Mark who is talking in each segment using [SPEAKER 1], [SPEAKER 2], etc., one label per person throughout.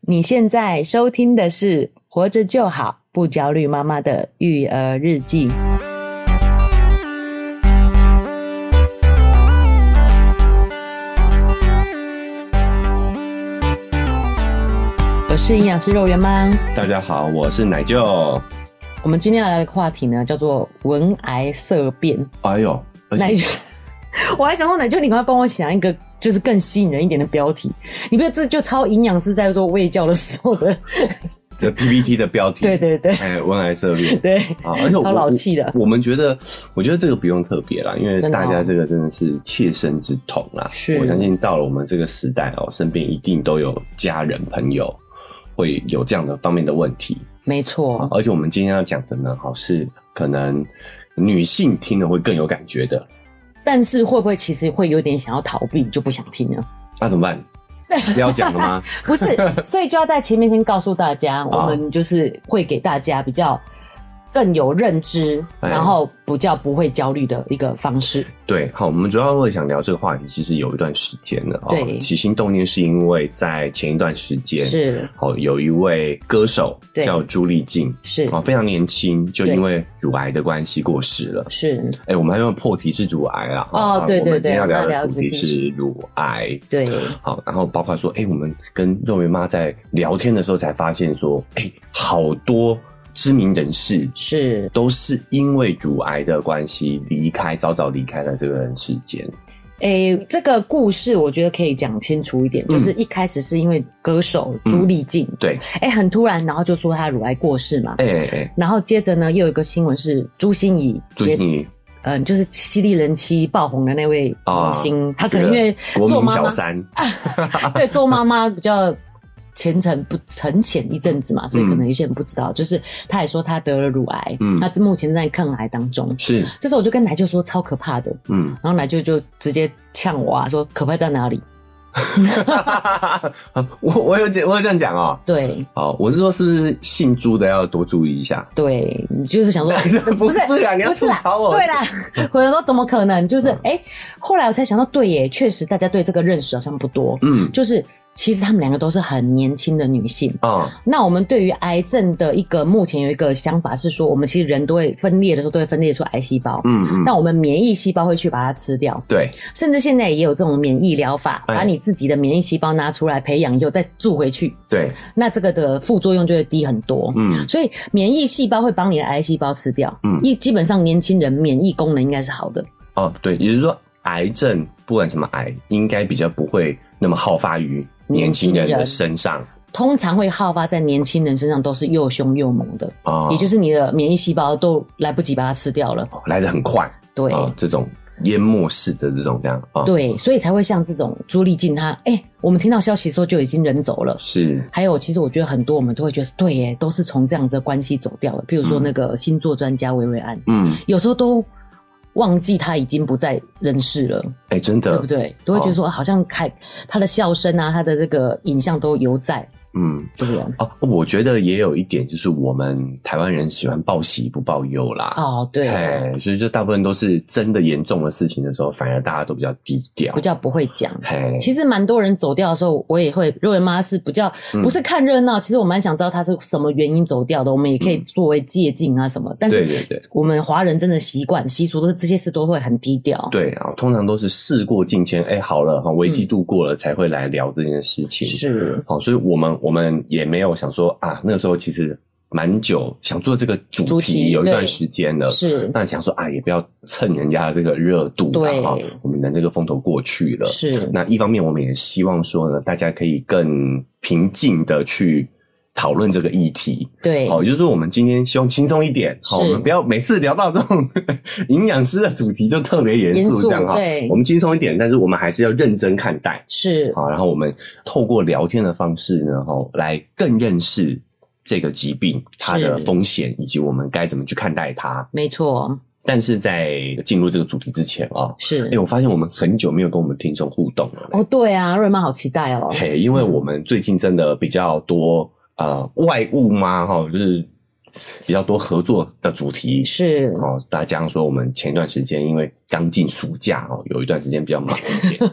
[SPEAKER 1] 你现在收听的是《活着就好，不焦虑妈妈的育儿日记》。我是营养师肉圆妈。
[SPEAKER 2] 大家好，我是奶舅。
[SPEAKER 1] 我们今天要聊的话题呢，叫做“文癌色变
[SPEAKER 2] 哎呦，”。而
[SPEAKER 1] 奶
[SPEAKER 2] 且
[SPEAKER 1] 舅， 我还想说，奶舅，你赶快帮我想一个就是更吸引人一点的标题。你不要这就超营养师在做喂教的时候的，
[SPEAKER 2] 这 PPT 的标题，
[SPEAKER 1] 对对对
[SPEAKER 2] 哎，文癌色变
[SPEAKER 1] 对，
[SPEAKER 2] 啊，而且我
[SPEAKER 1] 超老气的
[SPEAKER 2] 我我们觉得，我觉得这个不用特别啦，因为
[SPEAKER 1] 真的哦
[SPEAKER 2] 大家这个真的是切身之痛啦。
[SPEAKER 1] 是
[SPEAKER 2] 我相信到了我们这个时代哦，身边一定都有家人朋友会有这样的方面的问题。啊
[SPEAKER 1] 没错，
[SPEAKER 2] 而且我们今天要讲的呢，好是可能女性听了会更有感觉的。
[SPEAKER 1] 但是会不会其实会有点想要逃避，就不想听了？
[SPEAKER 2] 那、怎么 办？不要讲了吗？
[SPEAKER 1] 不是，所以就要在前面先告诉大
[SPEAKER 2] 啊
[SPEAKER 1] 家，我们就是会给大家比较更有认知，
[SPEAKER 2] 哎
[SPEAKER 1] 然后比较不会焦虑的一个方式。
[SPEAKER 2] 对，好，我们主要会想聊这个话题，其实有一段时间了哦
[SPEAKER 1] 对。
[SPEAKER 2] 起心动念是因为在前一段时间，
[SPEAKER 1] 是
[SPEAKER 2] 哦，有一位歌手
[SPEAKER 1] 对
[SPEAKER 2] 叫朱丽静，
[SPEAKER 1] 是
[SPEAKER 2] 哦，非常年轻，就
[SPEAKER 1] 对
[SPEAKER 2] 因为乳癌的关系过世了。
[SPEAKER 1] 是，
[SPEAKER 2] 哎、我们还没有破题是乳癌啦。
[SPEAKER 1] 哦
[SPEAKER 2] 好
[SPEAKER 1] 对
[SPEAKER 2] 我
[SPEAKER 1] 对
[SPEAKER 2] 们今
[SPEAKER 1] 对
[SPEAKER 2] 天要聊
[SPEAKER 1] 我们要
[SPEAKER 2] 的
[SPEAKER 1] 聊
[SPEAKER 2] 主题
[SPEAKER 1] 自己
[SPEAKER 2] 是乳癌。
[SPEAKER 1] 对，
[SPEAKER 2] 好，然后包括说，哎、我们跟肉圆妈在聊天的时候才发现说，哎、好多知名人士
[SPEAKER 1] 是
[SPEAKER 2] 都是因为乳癌的关系离开，早早离开了这个人世间。
[SPEAKER 1] 诶、这个故事我觉得可以讲清楚一点，就是一开始是因为歌手朱丽静，
[SPEAKER 2] 嗯对，
[SPEAKER 1] 诶、很突然，然后就说她乳癌过世嘛。
[SPEAKER 2] 哎、哎哎，
[SPEAKER 1] 然后接着呢，又有一个新闻是朱心怡，
[SPEAKER 2] 朱心怡
[SPEAKER 1] 嗯，就是《犀利人妻》爆红的那位
[SPEAKER 2] 啊
[SPEAKER 1] 明星，她可能
[SPEAKER 2] 这
[SPEAKER 1] 因
[SPEAKER 2] 个
[SPEAKER 1] 为
[SPEAKER 2] 国
[SPEAKER 1] 做
[SPEAKER 2] 民
[SPEAKER 1] 妈
[SPEAKER 2] 小
[SPEAKER 1] 妈，
[SPEAKER 2] 三，
[SPEAKER 1] 对，做妈妈比较前程不沉潜一阵子嘛，所以可能有些人不知道，就是她也说她得了乳癌，
[SPEAKER 2] 嗯
[SPEAKER 1] 她目前在抗癌当中。
[SPEAKER 2] 是，
[SPEAKER 1] 这时候我就跟奶舅说超可怕的，
[SPEAKER 2] 嗯，
[SPEAKER 1] 然后奶舅就直接呛我啊，说可怕在哪里？
[SPEAKER 2] 啊我我有讲，我有这样讲哦。
[SPEAKER 1] 对
[SPEAKER 2] 好，我是说，是不是姓朱的要多注意一下？
[SPEAKER 1] 对，你就是想说
[SPEAKER 2] 不
[SPEAKER 1] 是
[SPEAKER 2] 是啊，你要
[SPEAKER 1] 不是
[SPEAKER 2] 吐
[SPEAKER 1] 啦
[SPEAKER 2] 槽我。嗯
[SPEAKER 1] 对啦，或者说怎么可能？就是哎、后来我才想到，对耶，确实大家对这个认识好像不多。
[SPEAKER 2] 嗯，
[SPEAKER 1] 就是其实她们两个都是很年轻的女性。
[SPEAKER 2] 哦，
[SPEAKER 1] 那我们对于癌症的一个目前有一个想法是说，我们其实人都会分裂的时候都会分裂出癌细胞，
[SPEAKER 2] 嗯嗯，
[SPEAKER 1] 但我们免疫细胞会去把它吃掉，
[SPEAKER 2] 对，
[SPEAKER 1] 甚至现在也有这种免疫疗法，
[SPEAKER 2] 哎
[SPEAKER 1] 把你自己的免疫细胞拿出来培养以后再注回去，
[SPEAKER 2] 对，
[SPEAKER 1] 那这个的副作用就会低很多。
[SPEAKER 2] 嗯，
[SPEAKER 1] 所以免疫细胞会帮你的癌细胞吃掉，
[SPEAKER 2] 嗯
[SPEAKER 1] 一基本上年轻人免疫功能应该是好的，
[SPEAKER 2] 哦，对，也就是说，癌症不管什么癌，应该比较不会那么好发于年轻人
[SPEAKER 1] 年轻
[SPEAKER 2] 的
[SPEAKER 1] 人
[SPEAKER 2] 身上
[SPEAKER 1] 通常会好发在年轻人身上都是又凶又猛的，
[SPEAKER 2] 哦，
[SPEAKER 1] 也就是你的免疫细胞都来不及把它吃掉了。
[SPEAKER 2] 哦来得很快
[SPEAKER 1] 对、
[SPEAKER 2] 哦，这种淹没式的这种这样啊，哦，
[SPEAKER 1] 对，所以才会像这种朱丽静她，哎、我们听到消息说就已经人走了。
[SPEAKER 2] 是，
[SPEAKER 1] 还有，其实我觉得很多我们都会觉得对耶，都是从这样子的关系走掉的。譬如说那个星座专家薇薇安，
[SPEAKER 2] 嗯，
[SPEAKER 1] 有时候都忘记他已经不在人世了，
[SPEAKER 2] 哎，真的，
[SPEAKER 1] 对不？对？都会觉得
[SPEAKER 2] 哦
[SPEAKER 1] 说、啊好像还他的笑声啊，他的这个影像都犹在，
[SPEAKER 2] 嗯，
[SPEAKER 1] 对不对？
[SPEAKER 2] 哦，我觉得也有一点就是我们台湾人喜欢报喜不报忧啦。
[SPEAKER 1] 哦，对，
[SPEAKER 2] 嘿，所以就大部分都是真的严重的事情的时候，反而大家都比较低调
[SPEAKER 1] 比。较不会讲。
[SPEAKER 2] 嘿，
[SPEAKER 1] 其实蛮多人走掉的时候，我也会认为妈是比较
[SPEAKER 2] 嗯
[SPEAKER 1] 不是看热闹，其实我蛮想知道他是什么原因走掉的，我们也可以作为借鉴啊什么。但
[SPEAKER 2] 对
[SPEAKER 1] 是
[SPEAKER 2] 对对
[SPEAKER 1] 我们华人真的习惯习俗都是这些事都会很低调。
[SPEAKER 2] 对啊，通常都是事过境迁，哎、好了，哈，危机度过了才会来聊这件事情。
[SPEAKER 1] 嗯
[SPEAKER 2] 哦
[SPEAKER 1] 是，
[SPEAKER 2] 好，所以我们我们也没有想说啊，那个时候其实蛮久想做这个主
[SPEAKER 1] 主题
[SPEAKER 2] 题，有一
[SPEAKER 1] 对
[SPEAKER 2] 段时间了。
[SPEAKER 1] 是
[SPEAKER 2] 那想说啊，也不要蹭人家的这个热度啦，
[SPEAKER 1] 对
[SPEAKER 2] 哈，我们等这个风头过去了，
[SPEAKER 1] 是，
[SPEAKER 2] 那一方面，我们也希望说呢，大家可以更平静的去讨论这个议题。
[SPEAKER 1] 对，
[SPEAKER 2] 好，也就是说，我们今天希望轻松一点，好，
[SPEAKER 1] 是
[SPEAKER 2] 我们不要每次聊到这种 营养师的主题就特别严
[SPEAKER 1] 严
[SPEAKER 2] 肃
[SPEAKER 1] 肃
[SPEAKER 2] 这样哈。
[SPEAKER 1] 对
[SPEAKER 2] 我们轻松一点，但是我们还是要认真看待。
[SPEAKER 1] 是
[SPEAKER 2] 好，然后我们透过聊天的方式呢，哈，来更认识这个疾病它的
[SPEAKER 1] 是
[SPEAKER 2] 风险以及我们该怎么去看待它。
[SPEAKER 1] 没错，
[SPEAKER 2] 但是在进入这个主题之前啊、
[SPEAKER 1] 是
[SPEAKER 2] 哎、。我发现我们很久没有跟我们听众互动了呢。
[SPEAKER 1] 哦，对啊，瑞妈好期待哦。
[SPEAKER 2] 嘿，因为我们最近真的比较多呃外务嘛，哈，就是比较多合作的主题。
[SPEAKER 1] 是，
[SPEAKER 2] 哦， 大家说我们前一段时间因为刚进暑假哦，有一段时间比较忙一点。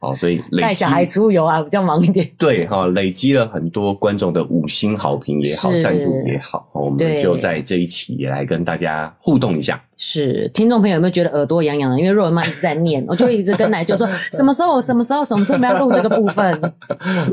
[SPEAKER 2] 好，所以累
[SPEAKER 1] 带
[SPEAKER 2] 积
[SPEAKER 1] 小孩出游啊，比较忙一点。
[SPEAKER 2] 对哈、累积了很多观众的五星好评也好，
[SPEAKER 1] 是
[SPEAKER 2] 赞助也好，哦我们
[SPEAKER 1] 对
[SPEAKER 2] 就在这一期也来跟大家互动一 下。
[SPEAKER 1] 是，听众朋友有没有觉得耳朵痒痒的？因为若文妈一直在念，我就一直跟奶 舅说什么时候、什么时候、什么时候我们要录这个部分。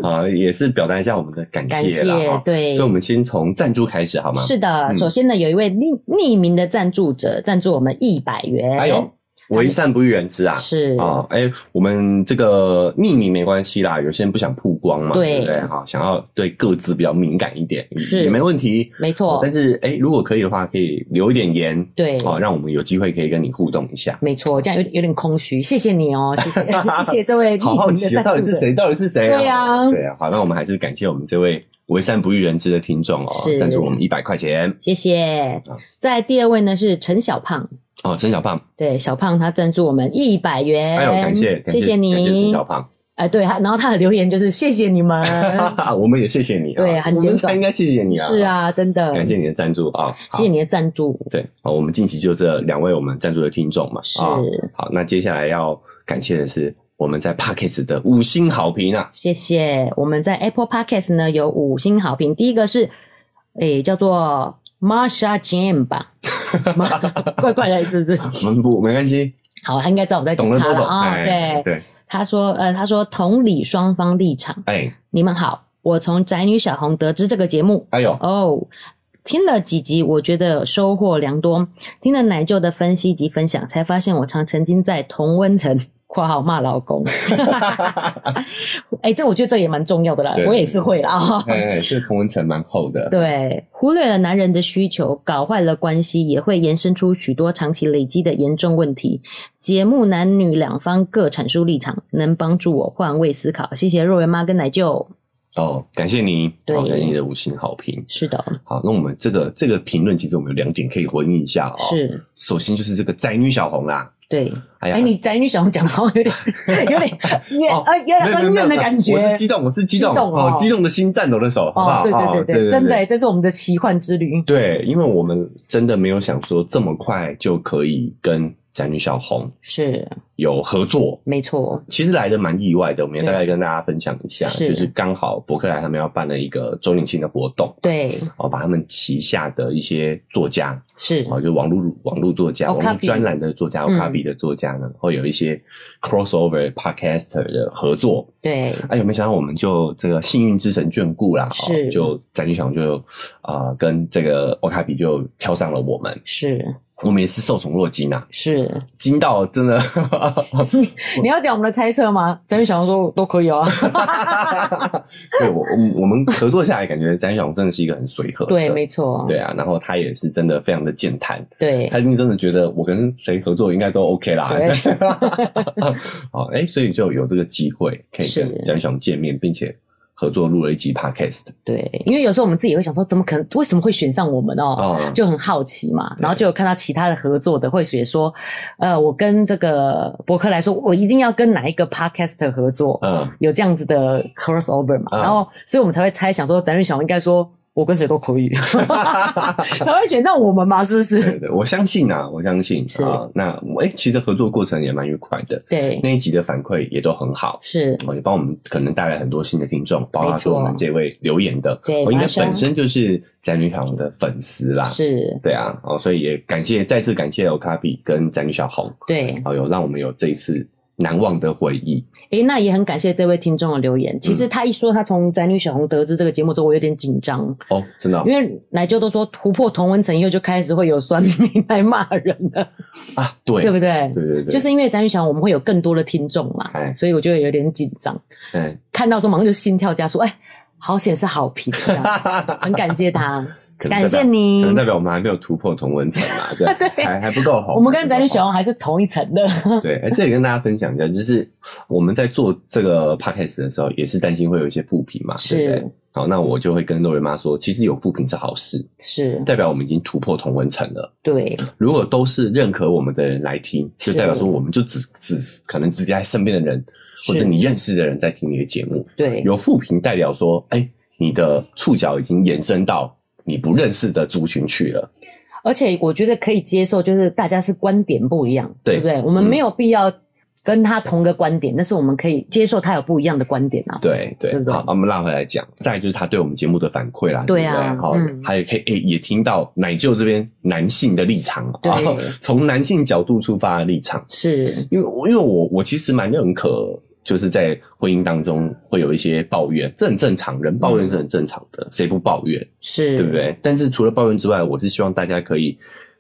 [SPEAKER 2] 啊，也是表达一下我们的感
[SPEAKER 1] 感
[SPEAKER 2] 谢啦。哦
[SPEAKER 1] 谢
[SPEAKER 2] 哈
[SPEAKER 1] 对
[SPEAKER 2] 所以我们先从赞助开始好吗？
[SPEAKER 1] 是的，
[SPEAKER 2] 嗯
[SPEAKER 1] 首先呢，有一位匿匿名的赞助者赞助我们一百元，
[SPEAKER 2] 还有为善不欲人知啊。
[SPEAKER 1] 哎是
[SPEAKER 2] 啊，哎、我们这个匿名没关系啦，有些人不想曝光嘛，
[SPEAKER 1] 对
[SPEAKER 2] 对不对？哈，想要对各自比较敏感一点，
[SPEAKER 1] 是
[SPEAKER 2] 也没问题。
[SPEAKER 1] 没错
[SPEAKER 2] 但是哎、如果可以的话，可以留一点言，
[SPEAKER 1] 对
[SPEAKER 2] 哦，让我们有机会可以跟你互动一下。
[SPEAKER 1] 没错，这样有点有点空虚，谢谢你 哦，谢谢 谢谢这位
[SPEAKER 2] 好
[SPEAKER 1] 匿
[SPEAKER 2] 好
[SPEAKER 1] 名
[SPEAKER 2] 奇、
[SPEAKER 1] 的
[SPEAKER 2] 啊，到
[SPEAKER 1] 赞
[SPEAKER 2] 底
[SPEAKER 1] 助
[SPEAKER 2] 是
[SPEAKER 1] 者。
[SPEAKER 2] 谁？到底是谁啊？
[SPEAKER 1] 对啊
[SPEAKER 2] 对啊。好，那我们还是感谢我们这位为善不欲人知的听众哦
[SPEAKER 1] 是，
[SPEAKER 2] 赞助我们一百块钱
[SPEAKER 1] 谢谢
[SPEAKER 2] 好。
[SPEAKER 1] 在第二位呢是陈小胖，
[SPEAKER 2] 哦，陈小胖，
[SPEAKER 1] 对小胖他赞助我们一百元，
[SPEAKER 2] 哎呦，感谢，感
[SPEAKER 1] 谢你，
[SPEAKER 2] 感谢陈小胖，
[SPEAKER 1] 哎，对，他然后他的留言就是谢谢你 们，
[SPEAKER 2] 我们也谢谢你啊，
[SPEAKER 1] 对很
[SPEAKER 2] 我
[SPEAKER 1] 简
[SPEAKER 2] 们
[SPEAKER 1] 短
[SPEAKER 2] 才应该谢谢你啊，
[SPEAKER 1] 是，啊，真的，
[SPEAKER 2] 感谢你的赞助啊，好
[SPEAKER 1] 谢谢你的赞助，
[SPEAKER 2] 对，好，我们近期就这两位我们赞助的听众嘛，
[SPEAKER 1] 是
[SPEAKER 2] 啊好，那接下来要感谢的是我们在 Pockets 的五星好评啊，
[SPEAKER 1] 谢谢。我们在 Apple Podcast 呢有五星好评，第一个是诶、叫做 Marsha Jam 吧， 怪怪的，是不是？
[SPEAKER 2] 嗯不没关系，
[SPEAKER 1] 好，他应该知道我在讲
[SPEAKER 2] 懂了
[SPEAKER 1] 他
[SPEAKER 2] 都
[SPEAKER 1] 了
[SPEAKER 2] 懂，
[SPEAKER 1] 啊、
[SPEAKER 2] 哎
[SPEAKER 1] 对，
[SPEAKER 2] 对，
[SPEAKER 1] 他说呃，他说同理双方立场，
[SPEAKER 2] 哎，
[SPEAKER 1] 你们好，我从宅女小红得知这个节目，
[SPEAKER 2] 哎呦，
[SPEAKER 1] 哦，听了几集，我觉得收获良多。听了奶舅的分析及分享，才发现我常沉浸在同温 层。（括号骂老公）哎、这我觉得这也蛮重要的啦
[SPEAKER 2] 对，
[SPEAKER 1] 我也是会啦。 哦
[SPEAKER 2] 哎，这个同文层蛮厚的，
[SPEAKER 1] 对，忽略了男人的需求，搞坏了关系，也会延伸出许多长期累积的严重问题。节目男女两方各阐述立场，能帮助我换位思考。谢谢若元妈跟奶舅。
[SPEAKER 2] 哦，感谢你，
[SPEAKER 1] 对
[SPEAKER 2] 好感谢你的五星好评。
[SPEAKER 1] 是的，
[SPEAKER 2] 好，那我们这个这个评论，其实我们有两点可以回应一下哦。，
[SPEAKER 1] 是，
[SPEAKER 2] 首先就是这个宅女小红啦，
[SPEAKER 1] 对。
[SPEAKER 2] 哎
[SPEAKER 1] 哎、
[SPEAKER 2] 呀，
[SPEAKER 1] 你宅女小红讲的好像有点 有点怨
[SPEAKER 2] 哦
[SPEAKER 1] 呃有点
[SPEAKER 2] 没有没有
[SPEAKER 1] 恩怨的感觉。
[SPEAKER 2] 没有我是激动，我是激动，
[SPEAKER 1] 激动哦
[SPEAKER 2] 哦，激动的心颤抖的手，好不
[SPEAKER 1] 哦
[SPEAKER 2] 好？，
[SPEAKER 1] 对
[SPEAKER 2] 哦
[SPEAKER 1] 对对
[SPEAKER 2] 对，
[SPEAKER 1] 对，真的耶，这是我们的奇幻之旅。
[SPEAKER 2] 对，因为我们真的没有想说这么快就可以跟宅女小红
[SPEAKER 1] 是，
[SPEAKER 2] 有合作。
[SPEAKER 1] 没错，
[SPEAKER 2] 其实来的蛮意外的，我们也大
[SPEAKER 1] 对
[SPEAKER 2] 概跟大家分享一下，
[SPEAKER 1] 是
[SPEAKER 2] 就是刚好伯克莱他们要办了一个周年庆的活动，
[SPEAKER 1] 对，
[SPEAKER 2] 哦，把他们旗下的一些作家，
[SPEAKER 1] 是，
[SPEAKER 2] 哦，就网络网络作家、网
[SPEAKER 1] 哦 Okapi
[SPEAKER 2] 络专栏的作家、
[SPEAKER 1] 嗯
[SPEAKER 2] o 卡比的作家呢，会有一些 crossover podcaster 的合作。
[SPEAKER 1] 对，
[SPEAKER 2] 哎呦，没想到我们就这个幸运之神眷顾啦，
[SPEAKER 1] 是
[SPEAKER 2] 哦、就翟女想就啊、呃跟这个 o 卡比就挑上了我们，
[SPEAKER 1] 是
[SPEAKER 2] 我们也是受宠若惊啊，
[SPEAKER 1] 是。
[SPEAKER 2] 惊到真的
[SPEAKER 1] 你要讲我们的猜测吗？宅女小红说都可以啊。
[SPEAKER 2] 对我我我们合作下来，感觉翟女想真的是一个很随和的，
[SPEAKER 1] 对，没错，
[SPEAKER 2] 对哎啊，然后他也是真的非常的健谈，
[SPEAKER 1] 对
[SPEAKER 2] 他一定真的觉得我跟谁合作应该都 OK 啦。 好，哎、所以就有这个机会可以
[SPEAKER 1] 是
[SPEAKER 2] 跟詹雄见面，并且合作录了一集 Podcast
[SPEAKER 1] 对，因为有时候我们自己也会想说，怎么可能？为什么会选上我们哦？
[SPEAKER 2] 哦，
[SPEAKER 1] 就很好奇嘛，然后就有看到其他的合作的会写说，呃，我跟这个伯克来说，我一定要跟哪一个 podcaster 合作，
[SPEAKER 2] 嗯，
[SPEAKER 1] 有这样子的 crossover 嘛，
[SPEAKER 2] 嗯
[SPEAKER 1] 然后所以我们才会猜想说，翟瑞小应该说我跟谁都可以，才会选到我们嘛，是不
[SPEAKER 2] 对
[SPEAKER 1] 是？
[SPEAKER 2] 对，我相信啊，我相信
[SPEAKER 1] 是
[SPEAKER 2] 啊。那哎、其实合作过程也蛮愉快的，
[SPEAKER 1] 对，
[SPEAKER 2] 那一集的反馈也都很好。
[SPEAKER 1] 是，
[SPEAKER 2] 哦，也帮我们可能带来很多新的听众，包括
[SPEAKER 1] 错
[SPEAKER 2] 说我们这位留言的，哦
[SPEAKER 1] 对
[SPEAKER 2] 我应该
[SPEAKER 1] 马上
[SPEAKER 2] 本身就是宅女小红的粉丝啦，
[SPEAKER 1] 是，
[SPEAKER 2] 对啊，哦，所以也感谢，再次感谢 o 卡比跟宅女小红，
[SPEAKER 1] 对，
[SPEAKER 2] 哦，有让我们有这一次难忘的回忆。
[SPEAKER 1] 诶，那也很感谢这位听众的留言。其实他一说他从宅女小红得知这个节目之后，我有点紧张，
[SPEAKER 2] 哦，真的哦、
[SPEAKER 1] 因为奶舅都说突破同温层以后就开始会有酸民 来骂人了，
[SPEAKER 2] 啊，对，
[SPEAKER 1] 对不对？
[SPEAKER 2] 对对对，
[SPEAKER 1] 就是因为宅女小红我们会有更多的听众嘛
[SPEAKER 2] 哎，
[SPEAKER 1] 所以我就有点紧张，
[SPEAKER 2] 嗯，
[SPEAKER 1] 看到之后马上就心跳加速，哎，好险是好评，这样 很感谢 他。
[SPEAKER 2] 可能代表
[SPEAKER 1] 感谢
[SPEAKER 2] 可
[SPEAKER 1] 你
[SPEAKER 2] 能。代表我们还没有突破同温层嘛，对， 还还不够红。
[SPEAKER 1] 我们跟
[SPEAKER 2] 还
[SPEAKER 1] 宅
[SPEAKER 2] 不
[SPEAKER 1] 女
[SPEAKER 2] 够红
[SPEAKER 1] 小红还是同一层的，
[SPEAKER 2] 对，哎，这里跟大家分享一下，就是我们在做这个 podcast 的时候，也是担心会有一些负评嘛，对不对
[SPEAKER 1] 是？
[SPEAKER 2] 好，那我就会跟肉圆妈说，其实有负评 是好事，
[SPEAKER 1] 是，
[SPEAKER 2] 代表我们已经突破同温层了。
[SPEAKER 1] 对，
[SPEAKER 2] 如果都是认可我们的人来听，就是代表说我们就只只可能直接在身边的人或者你认识的人在听你的节目。
[SPEAKER 1] 对，
[SPEAKER 2] 有负评代表说，哎、你的触角已经延伸到你不认识的族群去了。
[SPEAKER 1] 而且我觉得可以接受，就是大家是观点不一样，
[SPEAKER 2] 对嗯
[SPEAKER 1] 不对？我们没有必要跟他同个观点，但是我们可以接受他有不一样的观点啊。
[SPEAKER 2] 对对
[SPEAKER 1] 对不，对
[SPEAKER 2] 好，我们拉回来讲，再来就是他对我们节目的反馈啦，
[SPEAKER 1] 对
[SPEAKER 2] 对
[SPEAKER 1] 啊
[SPEAKER 2] 不好，
[SPEAKER 1] 嗯
[SPEAKER 2] 还有可以诶也听到奶舅这边男性的立场啊
[SPEAKER 1] 对，
[SPEAKER 2] 从男性角度出发的立场，
[SPEAKER 1] 是，
[SPEAKER 2] 因为我因为我我其实蛮认可，就是在婚姻当中会有一些抱怨，这很正常，人抱怨是很正常的，谁不抱怨，
[SPEAKER 1] 是，
[SPEAKER 2] 对不？对？但是除了抱怨之外，我是希望大家可以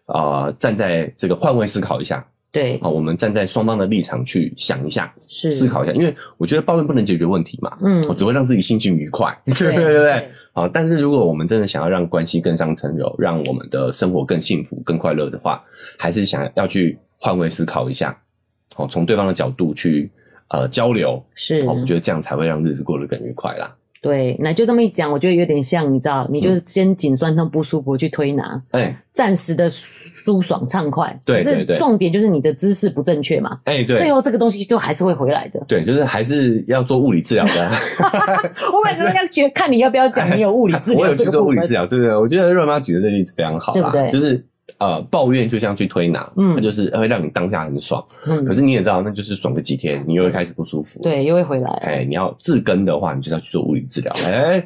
[SPEAKER 2] 啊、呃站在这个换位思考一下
[SPEAKER 1] 对
[SPEAKER 2] 啊，，我们站在双方的立场去想一下，
[SPEAKER 1] 是
[SPEAKER 2] 思，考一下，因为我觉得抱怨不能解决问题嘛，
[SPEAKER 1] 嗯，
[SPEAKER 2] 哦我只会让自己心情 愉快，对
[SPEAKER 1] 对
[SPEAKER 2] 对对。，好，但是如果我们真的想要让关系更上层楼，让我们的生活更幸福、更快乐的话，还是想要去换位思考一下，哦，从对方的角度去呃交流，
[SPEAKER 1] 是，
[SPEAKER 2] 哦，我觉得这样才会让日子过得更愉快啦。
[SPEAKER 1] 对，那就这么一讲，我觉得有点像，你知道，你就是先颈酸痛不舒服去推拿，
[SPEAKER 2] 哎、
[SPEAKER 1] 暂时的舒爽畅快，
[SPEAKER 2] 对
[SPEAKER 1] 可是
[SPEAKER 2] 对对
[SPEAKER 1] 重点就是你的姿势不正确嘛，
[SPEAKER 2] 哎、
[SPEAKER 1] 最
[SPEAKER 2] 对。
[SPEAKER 1] 后这个东西就还是会回来 的。
[SPEAKER 2] 对，就是还是要做物理治疗的啊。
[SPEAKER 1] 我本来是要觉得看你要不要 讲你有 物理治
[SPEAKER 2] 我
[SPEAKER 1] 疗
[SPEAKER 2] 有
[SPEAKER 1] 这
[SPEAKER 2] 去
[SPEAKER 1] 个
[SPEAKER 2] 做
[SPEAKER 1] 部
[SPEAKER 2] 物理
[SPEAKER 1] 分
[SPEAKER 2] 治，疗，对不对？我觉得瑞妈举的这个例子非常好啦，
[SPEAKER 1] 对不对
[SPEAKER 2] 就是呃，抱怨就像去推拿，
[SPEAKER 1] 嗯
[SPEAKER 2] 它就是呃会让你当下很爽，可
[SPEAKER 1] 嗯，
[SPEAKER 2] 是你也知道，那就是爽个几天，你又会开始不舒服。
[SPEAKER 1] 对，又会回来。
[SPEAKER 2] 哎，你要治根的话，你就是要去做物理治疗。哎，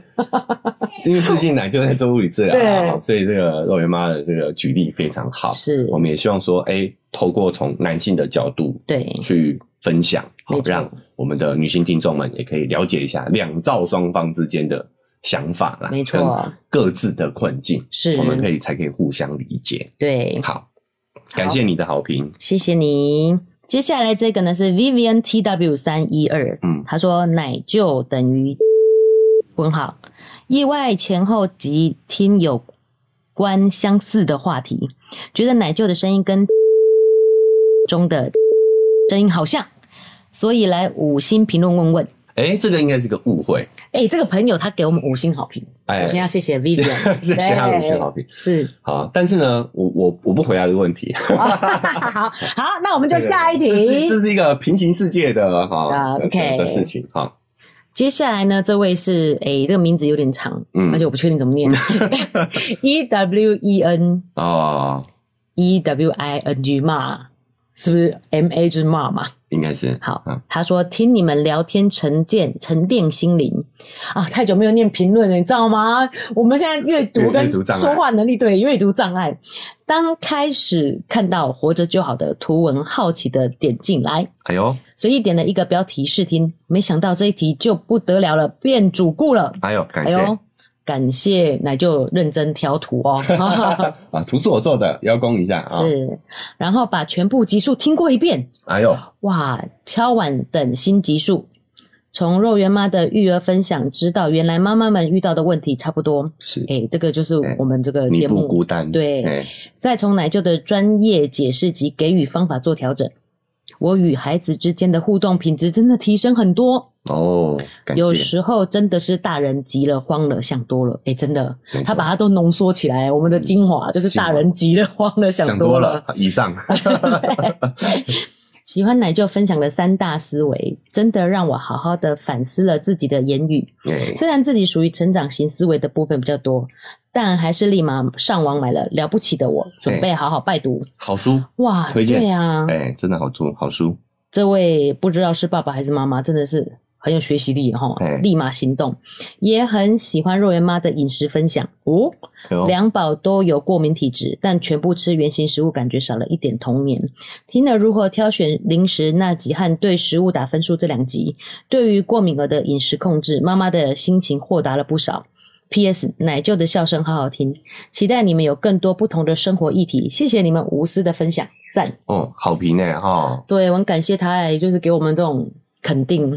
[SPEAKER 2] 因为最近奶就在做物理治疗
[SPEAKER 1] 对
[SPEAKER 2] 啊，所以这个肉圆妈的这个举例非常好。
[SPEAKER 1] 是
[SPEAKER 2] 我，们也希望说，哎，透过从男性的角度
[SPEAKER 1] 对，
[SPEAKER 2] 去分享，好
[SPEAKER 1] 没错
[SPEAKER 2] 让我们的女性听众们也可以了解一下两造双方之间的想法啦，
[SPEAKER 1] 没错
[SPEAKER 2] 跟各自的困境，
[SPEAKER 1] 是，
[SPEAKER 2] 我们可以才可以互相理解。
[SPEAKER 1] 对，
[SPEAKER 2] 好，感谢你的好评。
[SPEAKER 1] 谢谢你。接下来这个呢是 Vivian T W 三一二，
[SPEAKER 2] 嗯
[SPEAKER 1] 他说奶舅等于问号，意外前后及听有关相似的话题，觉得奶舅的声音跟中的声音好像，所以来五星评论问问。
[SPEAKER 2] 哎，这个应该是个误会，
[SPEAKER 1] 哎、这个朋友他给我们五星好评，
[SPEAKER 2] 哎
[SPEAKER 1] 首先要谢谢
[SPEAKER 2] 谢
[SPEAKER 1] Vivian，
[SPEAKER 2] 谢他
[SPEAKER 1] 对
[SPEAKER 2] 五星好评。
[SPEAKER 1] 是
[SPEAKER 2] 好，但是呢，我我我不回答这个问题，
[SPEAKER 1] 好好，那我们就下一
[SPEAKER 2] 这是
[SPEAKER 1] 题
[SPEAKER 2] 这。是一个平行世界的哈
[SPEAKER 1] 啊
[SPEAKER 2] 的
[SPEAKER 1] OK
[SPEAKER 2] 的事情哈。
[SPEAKER 1] 接下来呢，这位是诶、这个名字有点长，
[SPEAKER 2] 嗯
[SPEAKER 1] 而且我不确定怎么 念，E W E N
[SPEAKER 2] 哦，
[SPEAKER 1] E W I N G 骂，是不是 M A 就是骂嘛？
[SPEAKER 2] 应该是
[SPEAKER 1] 好
[SPEAKER 2] 嗯，
[SPEAKER 1] 他说听你们聊天沉淀沉淀心灵啊，太久没有念评论了，你知道吗？我们现在阅读
[SPEAKER 2] 阅
[SPEAKER 1] 跟
[SPEAKER 2] 阅读障碍
[SPEAKER 1] 说话能力对阅读障碍。当开始看到活着就好的图文，好奇的点进来，
[SPEAKER 2] 哎呦，
[SPEAKER 1] 随意点了一个标题试听，没想到这一题就不得了了，变主顾了。
[SPEAKER 2] 哎呦，感
[SPEAKER 1] 哎
[SPEAKER 2] 谢
[SPEAKER 1] 呦，感谢奶就认真挑图哦，
[SPEAKER 2] 啊，图是我做的，邀功一下啊。
[SPEAKER 1] 是，然后把全部集数听过一遍，
[SPEAKER 2] 哎呦，
[SPEAKER 1] 哇，敲碗等新集数。从肉圆妈的育儿分享知道，原来妈妈们遇到的问题差不多。
[SPEAKER 2] 是
[SPEAKER 1] 哎，这个就是
[SPEAKER 2] 哎
[SPEAKER 1] 我们这个
[SPEAKER 2] 你
[SPEAKER 1] 节
[SPEAKER 2] 不
[SPEAKER 1] 目。
[SPEAKER 2] 孤单，
[SPEAKER 1] 对
[SPEAKER 2] 哎
[SPEAKER 1] 再从奶舅的专业解释及给予方法做调整，我与孩子之间的互动品质真的提升很多。
[SPEAKER 2] 哦，感
[SPEAKER 1] 有
[SPEAKER 2] 谢，
[SPEAKER 1] 时候真的是大人急了、慌了、想多了，哎，真的
[SPEAKER 2] 没错，
[SPEAKER 1] 他把它都浓缩起来。我们的精华就是
[SPEAKER 2] 精华
[SPEAKER 1] 大人急了、慌了、想多了。，
[SPEAKER 2] 以 上
[SPEAKER 1] 喜欢奶舅分享的三大思维，真的让我好好的反思了自己的言语。
[SPEAKER 2] 哎
[SPEAKER 1] 虽然自己属于成长型思维的部分比较多，但还是立马上网买了《了不起的我》，准备好好拜读。
[SPEAKER 2] 好书，
[SPEAKER 1] 哇，
[SPEAKER 2] 推荐
[SPEAKER 1] 对啊，
[SPEAKER 2] 哎，真的好书，好书，
[SPEAKER 1] 这位不知道是爸爸还是妈妈，真的是很有学习力哈
[SPEAKER 2] 哎，
[SPEAKER 1] 立马行动。也很喜欢肉圆妈的饮食分享哦，
[SPEAKER 2] 哎呦，
[SPEAKER 1] 两宝都有过敏体质，但全部吃原型食物，感觉少了一点童年。听了如何挑选零食那集和对食物打分数这两集，对于过敏儿的饮食控制，妈妈的心情豁达了不少。P.S. 奶舅的笑声好好听，期待你们有更多不同的生活议题。谢谢你们无私的分享，赞！
[SPEAKER 2] 哦，好评呢哈，
[SPEAKER 1] 对我很感谢他、哎，就是给我们这种肯定，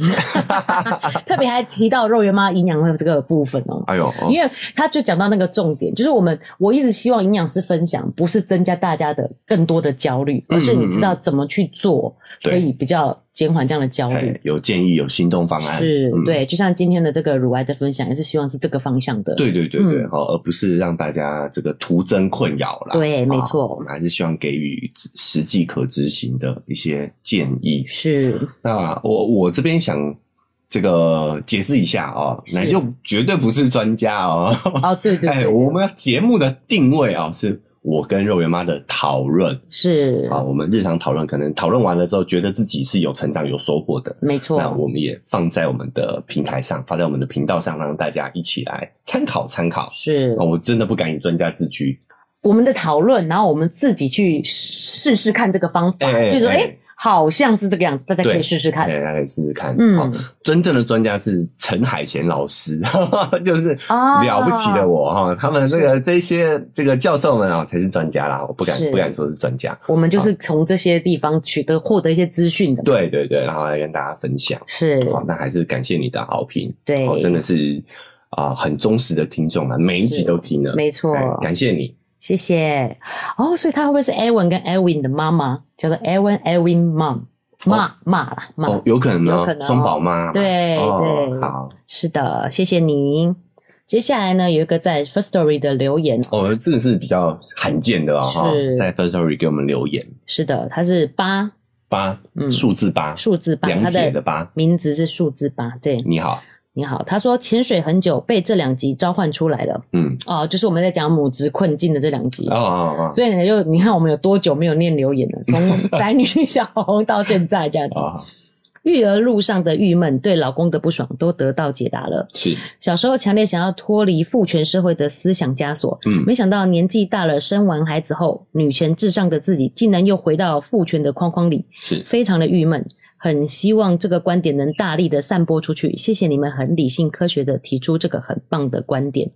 [SPEAKER 1] 特别还提到肉圆妈营养的这个部分哦。
[SPEAKER 2] 哎呦，哦
[SPEAKER 1] 因为他就讲到那个重点，就是我们我一直希望营养师分享，不是增加大家的更多的焦虑，
[SPEAKER 2] 嗯
[SPEAKER 1] 而是你知道怎么去做，
[SPEAKER 2] 对
[SPEAKER 1] 可以比较减缓这样的焦虑
[SPEAKER 2] 哎。有建议，有行动方案，
[SPEAKER 1] 是
[SPEAKER 2] 嗯，
[SPEAKER 1] 对，就像今天的这个乳癌的分享，也是希望是这个方向的。
[SPEAKER 2] 对对对对，
[SPEAKER 1] 嗯
[SPEAKER 2] 好、而不是让大家这个徒增困扰啦。
[SPEAKER 1] 对
[SPEAKER 2] 啊
[SPEAKER 1] 没错
[SPEAKER 2] 我们还是希望给予实际可执行的一些建议。
[SPEAKER 1] 是，
[SPEAKER 2] 那我我这边想这个解释一下哦，
[SPEAKER 1] 是
[SPEAKER 2] 奶就绝对不是专家哦。
[SPEAKER 1] 哦，对对
[SPEAKER 2] 哎，
[SPEAKER 1] 对，
[SPEAKER 2] 我们节目的定位啊、是我跟肉圆妈的讨论
[SPEAKER 1] 是
[SPEAKER 2] 啊，我们日常讨论，可能讨论完了之后，觉得自己是有成长、有收获的，
[SPEAKER 1] 没
[SPEAKER 2] 那
[SPEAKER 1] 错，
[SPEAKER 2] 我们也放在我们的平台上，放在我们的频道上，让大家一起来参考参考。
[SPEAKER 1] 是
[SPEAKER 2] 啊，我真的不敢以专家自居，
[SPEAKER 1] 我们的讨论，然后我们自己去试试看这个方法，
[SPEAKER 2] 哎
[SPEAKER 1] 就说
[SPEAKER 2] 哎
[SPEAKER 1] 哎、好像是这个样子，大家可以
[SPEAKER 2] 对
[SPEAKER 1] 试试看。
[SPEAKER 2] 哎，大家可以试试看。
[SPEAKER 1] 嗯
[SPEAKER 2] 好，真正的专家是陈海贤老师， 就是
[SPEAKER 1] 啊
[SPEAKER 2] 了不起的我哈、他们这个这些这个教授们啊、才是专家啦，我不敢
[SPEAKER 1] 是
[SPEAKER 2] 不敢说是专家。
[SPEAKER 1] 我们就是从这些地方取得获得一些资讯的嘛，
[SPEAKER 2] 对对对，然后来跟大家分享。
[SPEAKER 1] 是，
[SPEAKER 2] 好、那还是感谢你的好评，
[SPEAKER 1] 对
[SPEAKER 2] 哦，真的是啊、很忠实的听众啊，每一集
[SPEAKER 1] 是
[SPEAKER 2] 都听了，
[SPEAKER 1] 没错，
[SPEAKER 2] 哎感谢你。
[SPEAKER 1] 谢谢。哦，所以他会不会是 Evan 跟 Elwin 的妈妈，叫做 Evan Elwin mom，骂骂啦骂。
[SPEAKER 2] 哦，有可能
[SPEAKER 1] 嗯有
[SPEAKER 2] 哦
[SPEAKER 1] 可，能哦
[SPEAKER 2] 双宝妈，
[SPEAKER 1] 对
[SPEAKER 2] 哦
[SPEAKER 1] 对
[SPEAKER 2] 好，
[SPEAKER 1] 是的，谢谢您。接下来呢，有一个在 First Story 的留言，
[SPEAKER 2] 哦，这个是比较罕见的哦哈、
[SPEAKER 1] 是
[SPEAKER 2] 在 First Story 给我们留言
[SPEAKER 1] 是的，他是八
[SPEAKER 2] 八
[SPEAKER 1] 嗯，
[SPEAKER 2] 数字八，
[SPEAKER 1] 数字八，
[SPEAKER 2] 两
[SPEAKER 1] 他
[SPEAKER 2] 撇的八，
[SPEAKER 1] 名字是数字八，对，
[SPEAKER 2] 你好，
[SPEAKER 1] 你好，他说潜水很久，被这两集召唤出来了。
[SPEAKER 2] 嗯，
[SPEAKER 1] 哦，就是我们在讲母职困境的这两集。
[SPEAKER 2] 哦哦
[SPEAKER 1] 所以呢，就你看我们有多久没有念留言了？从 宅女小红到现在这样
[SPEAKER 2] 哦
[SPEAKER 1] 子，
[SPEAKER 2] 哦，
[SPEAKER 1] 育儿路上的郁闷，对老公的不爽都得到解答了。
[SPEAKER 2] 是，
[SPEAKER 1] 小时候强烈想要脱离父权社会的思想枷锁，
[SPEAKER 2] 嗯
[SPEAKER 1] 没想到年纪大了，生完孩子后，女权至上的自己竟然又回到父权的框框里，
[SPEAKER 2] 是，
[SPEAKER 1] 非常的郁闷。很希望这个观点能大力的散播出去。谢谢你们很理性科学的提出这个很棒的观点。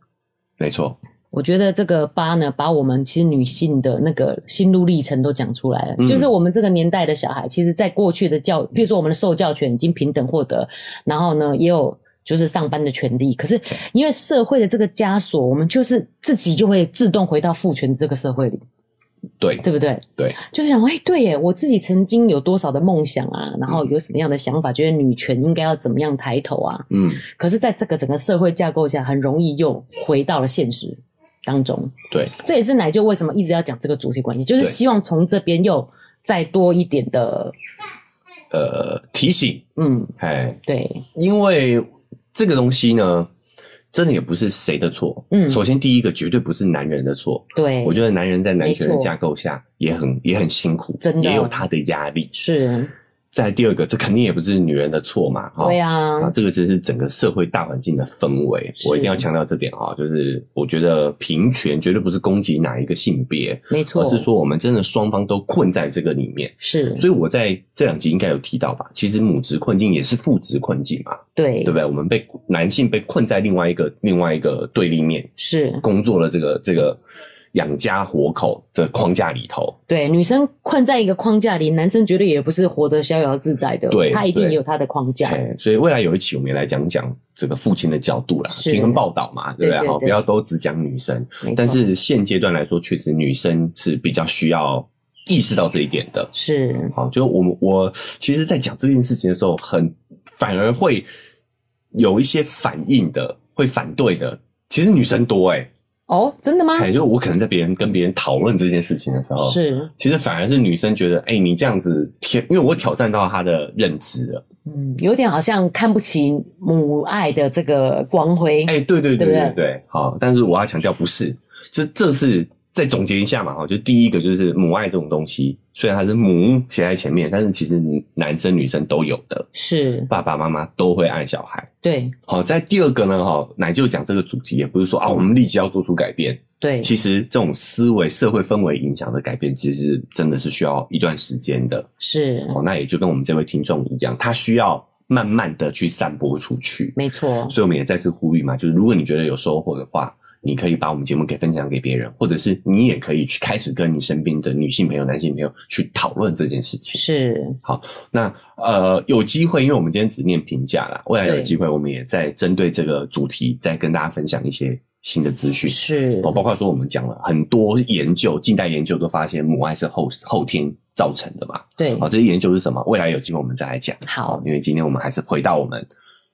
[SPEAKER 2] 没错，
[SPEAKER 1] 我觉得这个八呢，把我们其实女性的那个心路历程都讲出来了。
[SPEAKER 2] 嗯
[SPEAKER 1] 就是我们这个年代的小孩，其实在过去的教，比如说我们的受教权已经平等获得，然后呢也有就是上班的权利。可是因为社会的这个枷锁，我们就是自己就会自动回到父权这个社会里，
[SPEAKER 2] 对，
[SPEAKER 1] 对不对？
[SPEAKER 2] 对，
[SPEAKER 1] 就是想，哎、对耶，我自己曾经有多少的梦想啊，然后有什么样的想法，觉得女权应该要怎么样抬头啊？
[SPEAKER 2] 嗯，
[SPEAKER 1] 可是，在这个整个社会架构下，很容易又回到了现实当中。
[SPEAKER 2] 对，
[SPEAKER 1] 这也是奶舅为什么一直要讲这个主题关系，就是
[SPEAKER 2] 对
[SPEAKER 1] 希望从这边又再多一点的，
[SPEAKER 2] 呃，提醒，
[SPEAKER 1] 嗯，
[SPEAKER 2] 哎，
[SPEAKER 1] 对，
[SPEAKER 2] 因为这个东西呢，真的也不是谁的错。
[SPEAKER 1] 嗯
[SPEAKER 2] 首先第一个绝对不是男人的错。
[SPEAKER 1] 对，
[SPEAKER 2] 我觉得男人在男权
[SPEAKER 1] 没
[SPEAKER 2] 的
[SPEAKER 1] 错
[SPEAKER 2] 架构下也很也很辛苦，
[SPEAKER 1] 真的哦
[SPEAKER 2] 也有他的压力。
[SPEAKER 1] 是，
[SPEAKER 2] 再来第二个，这肯定也不是女人的错嘛，哈
[SPEAKER 1] 对啊，
[SPEAKER 2] 啊，这个只是整个社会大环境的氛围，
[SPEAKER 1] 是
[SPEAKER 2] 我一定要强调这点啊、就是我觉得平权绝对不是攻击哪一个性别，
[SPEAKER 1] 没错，
[SPEAKER 2] 而是说我们真的双方都困在这个里面。
[SPEAKER 1] 是，
[SPEAKER 2] 所以我在这两集应该有提到吧，其实母职困境也是父职困境嘛，
[SPEAKER 1] 对，
[SPEAKER 2] 对不对？我们被男性被困在另外一个另外一个对立面
[SPEAKER 1] 是，
[SPEAKER 2] 工作的这个这个养家活口的框架里头，
[SPEAKER 1] 对，女生困在一个框架里，男生绝对也不是活得逍遥自在的，
[SPEAKER 2] 对
[SPEAKER 1] 他一定
[SPEAKER 2] 对
[SPEAKER 1] 也有他的框架，
[SPEAKER 2] 哎，所以未来有一期我们也来讲讲这个父亲的角度啦，
[SPEAKER 1] 是
[SPEAKER 2] 平衡报道嘛，对不
[SPEAKER 1] 对对
[SPEAKER 2] 对？哈，
[SPEAKER 1] 对
[SPEAKER 2] 不要都只讲女生，
[SPEAKER 1] 没错
[SPEAKER 2] 但是现阶段来说，确实女生是比较需要意识到这一点的。
[SPEAKER 1] 是
[SPEAKER 2] 好，就我们我其实，在讲这件事情的时候，很反而会有一些反应的，会反对的。其实女生多哎、
[SPEAKER 1] 哦，真的吗？
[SPEAKER 2] 哎，就我可能在别人跟别人讨论这件事情的时候，
[SPEAKER 1] 是，
[SPEAKER 2] 其实反而是女生觉得，哎、你这样子挑，因为我挑战到她的认知了。
[SPEAKER 1] 嗯，有点好像看不起母爱的这个光辉，
[SPEAKER 2] 哎、对对
[SPEAKER 1] 对
[SPEAKER 2] 对
[SPEAKER 1] 不
[SPEAKER 2] 对
[SPEAKER 1] 对
[SPEAKER 2] 对好，但是我要强调不是，这这是再总结一下嘛，哈，就第一个就是母爱这种东西，虽然它是母写在前面，但是其实男生女生都有的，
[SPEAKER 1] 是
[SPEAKER 2] 爸爸妈妈都会爱小孩。
[SPEAKER 1] 对
[SPEAKER 2] 好，在第二个呢，哈，奶就讲这个主题，也不是说啊，我们立即要做出改变。
[SPEAKER 1] 对，
[SPEAKER 2] 其实这种思维、社会氛围影响的改变，其实真的是需要一段时间的。
[SPEAKER 1] 是
[SPEAKER 2] 哦，那也就跟我们这位听众一样，他需要慢慢的去散播出去。
[SPEAKER 1] 没错，
[SPEAKER 2] 所以我们也再次呼吁嘛，就是如果你觉得有收获的话，你可以把我们节目给分享给别人，或者是你也可以去开始跟你身边的女性朋友、男性朋友去讨论这件事情。
[SPEAKER 1] 是
[SPEAKER 2] 那呃，有机会，因为我们今天只念评价啦，未来有
[SPEAKER 1] 对
[SPEAKER 2] 机会我们也再针对这个主题再跟大家分享一些新的资讯。
[SPEAKER 1] 是
[SPEAKER 2] 哦，包括说我们讲了很多研究，近代研究都发现母爱是后后天造成的嘛。
[SPEAKER 1] 对
[SPEAKER 2] 哦，，这些研究是什么？未来有机会我们再来讲。
[SPEAKER 1] 嗯
[SPEAKER 2] 哦
[SPEAKER 1] 好
[SPEAKER 2] 因为今天我们还是回到我们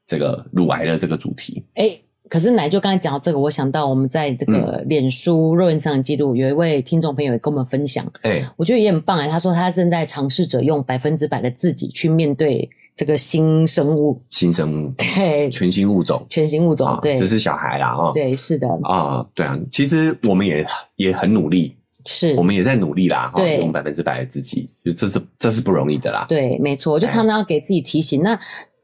[SPEAKER 2] 这个乳癌的这个主题。
[SPEAKER 1] 哎。可是奶就刚才讲到这个，我想到我们在这个
[SPEAKER 2] 嗯
[SPEAKER 1] 脸书肉眼上的记录，有一位听众朋友也跟我们分享，
[SPEAKER 2] 哎、
[SPEAKER 1] 我觉得也很棒哎、他说他正在尝试着用百分之百的自己去面对这个新生物，
[SPEAKER 2] 新生物，
[SPEAKER 1] 对，
[SPEAKER 2] 全新物种
[SPEAKER 1] 全新物种，
[SPEAKER 2] 啊，
[SPEAKER 1] 对，
[SPEAKER 2] 这是小孩啦啊、
[SPEAKER 1] 对，是的，
[SPEAKER 2] 啊，对啊，其实我们也也很努力，
[SPEAKER 1] 是
[SPEAKER 2] 我们也在努力啦，哈，
[SPEAKER 1] 对
[SPEAKER 2] 用百分之百的自己，就这是这是不容易的啦。
[SPEAKER 1] 对，没错，我就
[SPEAKER 2] 哎
[SPEAKER 1] 常常要给自己提醒。那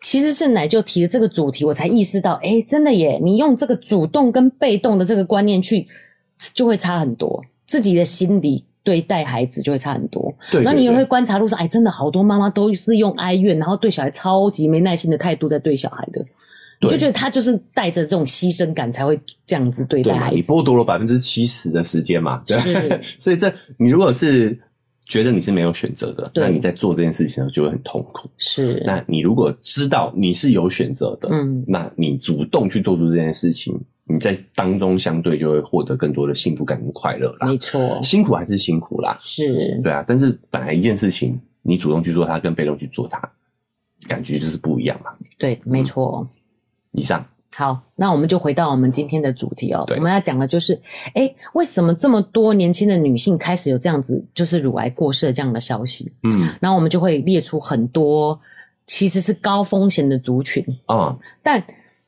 [SPEAKER 1] 其实是奶就提的这个主题，我才意识到，哎，真的耶！你用这个主动跟被动的这个观念去，就会差很多，自己的心理对待孩子就会差很多。
[SPEAKER 2] 对，
[SPEAKER 1] 那
[SPEAKER 2] 对
[SPEAKER 1] 你也
[SPEAKER 2] 对
[SPEAKER 1] 会观察路上，哎，真的好多妈妈都是用哀怨，然后对小孩超级没耐心的态度在对小孩的，你就
[SPEAKER 2] 对
[SPEAKER 1] 觉得他就是带着这种牺牲感才会这样子对
[SPEAKER 2] 对
[SPEAKER 1] 待
[SPEAKER 2] 嘛，
[SPEAKER 1] 孩
[SPEAKER 2] 你
[SPEAKER 1] 子。
[SPEAKER 2] 剥夺了百分之七十的时间嘛，对
[SPEAKER 1] 是，
[SPEAKER 2] 所以这你如果是觉得你是没有选择的，
[SPEAKER 1] 对
[SPEAKER 2] 那你在做这件事情的时候就会很痛苦。
[SPEAKER 1] 是，
[SPEAKER 2] 那你如果知道你是有选择的，
[SPEAKER 1] 嗯，
[SPEAKER 2] 那你主动去做出这件事情，你在当中相对就会获得更多的幸福感跟快乐啦
[SPEAKER 1] 没。错，
[SPEAKER 2] 辛苦还是辛苦啦，
[SPEAKER 1] 是，
[SPEAKER 2] 对啊，但是本来一件事情，你主动去做它跟被动去做它，感觉就是不一样嘛。
[SPEAKER 1] 对，没错。
[SPEAKER 2] 以上，
[SPEAKER 1] 好，那我们就回到我们今天的主题哦。
[SPEAKER 2] 对
[SPEAKER 1] 我们要讲的就是，哎，为什么这么多年轻的女性开始有这样子，就是乳癌过世的这样的消息？
[SPEAKER 2] 嗯
[SPEAKER 1] 然后我们就会列出很多其实是高风险的族群。
[SPEAKER 2] 啊、
[SPEAKER 1] 但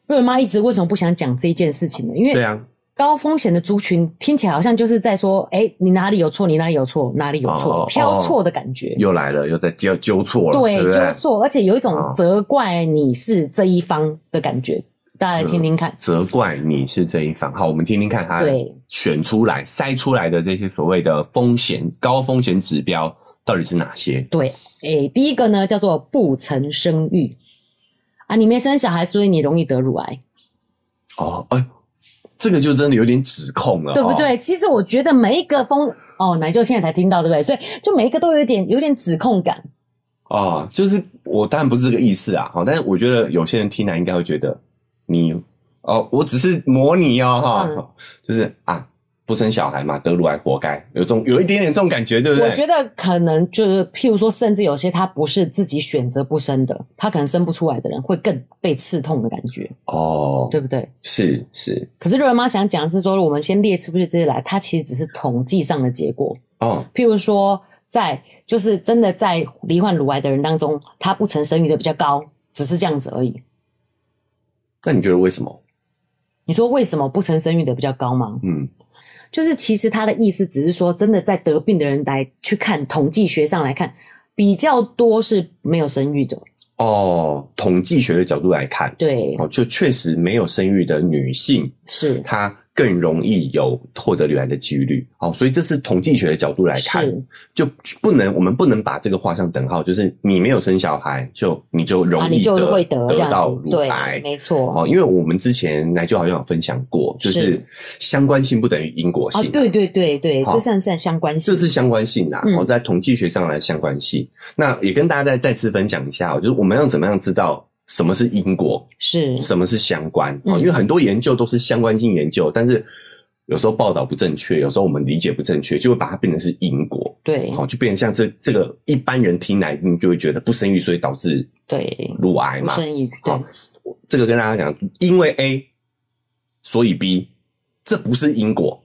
[SPEAKER 1] 瑞文妈一直为什么不想讲这件事情呢？因
[SPEAKER 2] 对
[SPEAKER 1] 为
[SPEAKER 2] 啊，
[SPEAKER 1] 高风险的族群听起来好像就是在说，哎，你哪里有错，你哪里有错，哪里有
[SPEAKER 2] 哦哦
[SPEAKER 1] 错，
[SPEAKER 2] 哦
[SPEAKER 1] 挑错的感觉。
[SPEAKER 2] 又来了，又在纠纠错了，对
[SPEAKER 1] 对，
[SPEAKER 2] 不
[SPEAKER 1] 纠
[SPEAKER 2] 对？
[SPEAKER 1] 错，而且有一种
[SPEAKER 2] 哦
[SPEAKER 1] 责怪你是这一方的感觉。大家来听听看。
[SPEAKER 2] 责怪你是这一方。好，我们听听看他
[SPEAKER 1] 对
[SPEAKER 2] 选出来、筛出来的这些所谓的风险高风险指标到底是哪些？
[SPEAKER 1] 对，诶，第一个呢叫做不曾生育啊，你没生小孩，所以你容易得乳癌，
[SPEAKER 2] 哦，哎，这个就真的有点指控了，
[SPEAKER 1] 对不
[SPEAKER 2] 哦
[SPEAKER 1] 对？其实我觉得每一个风哦，奶舅现在才听到，对不对？所以就每一个都有一点有点指控感，
[SPEAKER 2] 哦，就是我当然不是这个意思啊，好，但是我觉得有些人听来应该会觉得你哦，我只是模拟哦，哈、
[SPEAKER 1] 嗯
[SPEAKER 2] 就是啊，不生小孩嘛，得乳癌活该，有种有一点点这种感觉，对不对？
[SPEAKER 1] 我觉得可能就是譬如说，甚至有些他不是自己选择不生的，他可能生不出来的人会更被刺痛的感觉，
[SPEAKER 2] 哦，
[SPEAKER 1] 对不对？
[SPEAKER 2] 是是
[SPEAKER 1] 可是瑞文妈想讲的是说，我们先列出去这些来，它其实只是统计上的结果，
[SPEAKER 2] 哦，
[SPEAKER 1] 譬如说，在就是真的在罹患乳癌的人当中，他不曾生育的比较高，只是这样子而已。
[SPEAKER 2] 那你觉得为什么？
[SPEAKER 1] 你说为什么不曾生育的比较高吗？
[SPEAKER 2] 嗯，
[SPEAKER 1] 就是其实他的意思只是说，真的在得病的人来去看统计学上来看，比较多是没有生育的。
[SPEAKER 2] 哦，统计学的角度来看，
[SPEAKER 1] 对，
[SPEAKER 2] 哦，就确实没有生育的女性，
[SPEAKER 1] 是
[SPEAKER 2] 她更容易有获得流癌的几率。哦，所以这是统计学的角度来看，
[SPEAKER 1] 是
[SPEAKER 2] 就不能我们不能把这个画上等号，就是你没有生小孩，就你就
[SPEAKER 1] 啊，
[SPEAKER 2] 容
[SPEAKER 1] 你
[SPEAKER 2] 易
[SPEAKER 1] 就
[SPEAKER 2] 得、
[SPEAKER 1] 会得这
[SPEAKER 2] 得到
[SPEAKER 1] 样子，
[SPEAKER 2] 乳
[SPEAKER 1] 对
[SPEAKER 2] 癌，。
[SPEAKER 1] 没错。
[SPEAKER 2] 哦，因为我们之前奶舅好像有分享过，就是相关性不等于因果
[SPEAKER 1] 哦
[SPEAKER 2] 性、，
[SPEAKER 1] 对对对对，
[SPEAKER 2] 好
[SPEAKER 1] 这算算相关性
[SPEAKER 2] 哦这。是相关性啦、
[SPEAKER 1] 嗯
[SPEAKER 2] 哦，在统计学上来相关性。那也跟大家再再次分享一下、哦，就是我们要怎么样知道什么是因果，
[SPEAKER 1] 是
[SPEAKER 2] 什么是相关啊、哦？
[SPEAKER 1] 嗯
[SPEAKER 2] 因为很多研究都是相关性研究，但是有时候报道不正确，有时候我们理解不正确，就会把它变成是因果，
[SPEAKER 1] 对
[SPEAKER 2] 好、就变成像这这个一般人听来，你就会觉得不生育所以导致
[SPEAKER 1] 对，
[SPEAKER 2] 乳癌
[SPEAKER 1] 不
[SPEAKER 2] 嘛。哦
[SPEAKER 1] 生育
[SPEAKER 2] 好
[SPEAKER 1] 对，
[SPEAKER 2] 这个跟大家讲，因为 A 所以 B，这不是因果，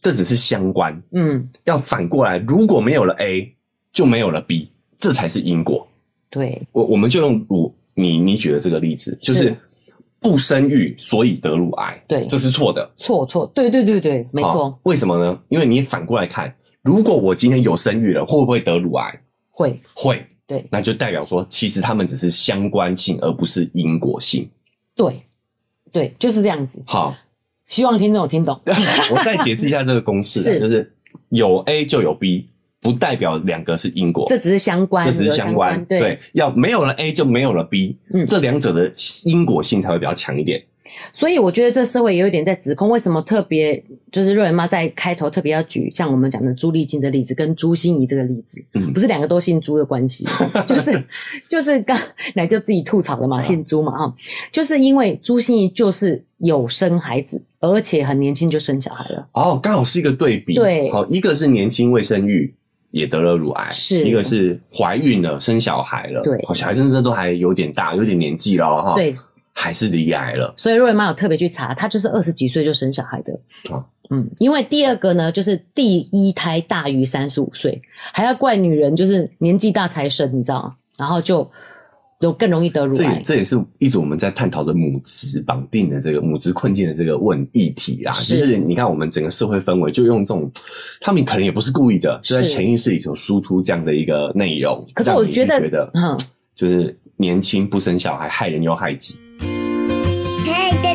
[SPEAKER 2] 这只是相关。
[SPEAKER 1] 嗯
[SPEAKER 2] 要反过来，如果没有了 A，就没有了 B，这才是因果。
[SPEAKER 1] 对
[SPEAKER 2] 我我们就用乳你你举的这个例子，就是
[SPEAKER 1] 是
[SPEAKER 2] 不生育所以得乳癌，
[SPEAKER 1] 对
[SPEAKER 2] 这是错的，
[SPEAKER 1] 错错对对对对，没
[SPEAKER 2] 好
[SPEAKER 1] 错，
[SPEAKER 2] 为什么呢？因为你反过来看，如果我今天有生育了，会不会得乳癌？
[SPEAKER 1] 会
[SPEAKER 2] 会，
[SPEAKER 1] 对
[SPEAKER 2] 那就代表说，其实他们只是相关性，而不是因果性。
[SPEAKER 1] 对对，就是这样子。
[SPEAKER 2] 好，
[SPEAKER 1] 希望听众有听懂。
[SPEAKER 2] 我再解释一下这个公式啊，
[SPEAKER 1] 是
[SPEAKER 2] 就是有 A 就有 B，不代表两个是因果，
[SPEAKER 1] 这只是相关，
[SPEAKER 2] 这只
[SPEAKER 1] 有
[SPEAKER 2] 是相关，
[SPEAKER 1] 对，
[SPEAKER 2] 要没有了 A 就没有了 B，、
[SPEAKER 1] 嗯
[SPEAKER 2] 这两者的因果性才会比较强一点。
[SPEAKER 1] 所以我觉得这社会也有一点在指控，为什么特别就是瑞文妈在开头特别要举像我们讲的朱丽静这例子跟朱心怡这个例子，
[SPEAKER 2] 嗯
[SPEAKER 1] 不是两个都姓朱的关系， 就是就是刚 奶就自己吐槽的嘛，姓朱嘛哈，就是因为朱心怡就是有生孩子，而且很年轻就生小孩了，
[SPEAKER 2] 哦，刚好是一个对比，
[SPEAKER 1] 对
[SPEAKER 2] 好、一个是年轻未生育也得了乳癌，
[SPEAKER 1] 是
[SPEAKER 2] 一个是怀孕了生小孩了，
[SPEAKER 1] 对
[SPEAKER 2] 好小孩真的都还有点大，有点年纪了哦哈，
[SPEAKER 1] 对，
[SPEAKER 2] 还是离癌了，
[SPEAKER 1] 所以瑞文妈有特别去查，她就是二十几岁就生小孩的。
[SPEAKER 2] 哦
[SPEAKER 1] 嗯，因为第二个呢，就是第一胎大于三十五岁，还要怪女人就是年纪大才生，你知道吗？然后就有更容易得乳
[SPEAKER 2] 这
[SPEAKER 1] 癌
[SPEAKER 2] 也。这也是一直我们在探讨的母职绑定的这个母职困境的这个问议题啦。
[SPEAKER 1] 是
[SPEAKER 2] 就是你看我们整个社会氛围，就用这种，他们可能也不是故意的，就在
[SPEAKER 1] 是
[SPEAKER 2] 潜意识里头输出这样的一个内容。
[SPEAKER 1] 可是
[SPEAKER 2] 让
[SPEAKER 1] 我
[SPEAKER 2] 你
[SPEAKER 1] 觉得，
[SPEAKER 2] 觉得
[SPEAKER 1] 嗯，
[SPEAKER 2] 就是年轻不生小孩，害人又害己。
[SPEAKER 3] 嗨，大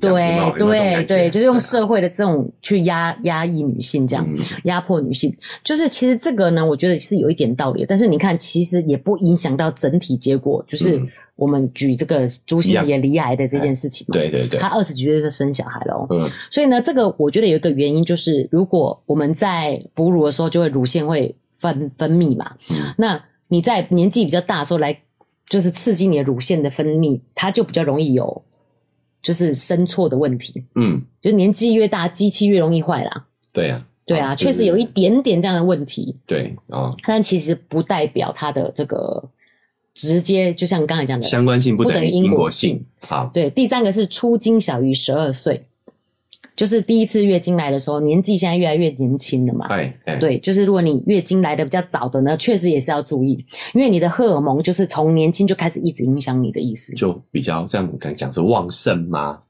[SPEAKER 2] 这样有没有
[SPEAKER 1] 对
[SPEAKER 2] 有没有这种
[SPEAKER 1] 对
[SPEAKER 2] 感觉
[SPEAKER 1] 对，就是用社会的这种去压压抑女性，这样、
[SPEAKER 2] 嗯
[SPEAKER 1] 压迫女性，就是其实这个呢，我觉得是有一点道理的。但是你看，其实也不影响到整体结果，就是
[SPEAKER 2] 嗯
[SPEAKER 1] 我们举这个朱
[SPEAKER 2] 一
[SPEAKER 1] 熹
[SPEAKER 2] 样哎
[SPEAKER 1] 也离癌的这件事情嘛，
[SPEAKER 2] 对对对
[SPEAKER 1] 他，二十几岁就生小孩了、哦，
[SPEAKER 2] 嗯，
[SPEAKER 1] 所以呢，这个我觉得有一个原因就是，如果我们在哺乳的时候，就会乳腺会分分泌嘛。
[SPEAKER 2] 嗯
[SPEAKER 1] 那你在年纪比较大的时候来，就是刺激你的乳腺的分泌，它就比较容易有就是生错的问题。
[SPEAKER 2] 嗯，
[SPEAKER 1] 就年纪越大，机器越容易坏啦。
[SPEAKER 2] 对呀、
[SPEAKER 1] 对啊，确实有一点点这样的问题，
[SPEAKER 2] 对啊、哦
[SPEAKER 1] 但其实不代表它的这个直接，就像刚才讲的，
[SPEAKER 2] 相关性不等于因果性。好，
[SPEAKER 1] 对，第三个是初经小于十二岁，就是第一次月经来的时候，年纪现在越来越年轻了嘛。
[SPEAKER 2] 哎哎，，
[SPEAKER 1] 啊对，就是如果你月经来的比较早的呢，确实也是要注意，因为你的荷尔蒙就是从年轻就开始一直影响你的意思。
[SPEAKER 2] 就比较这样敢讲是旺盛吗？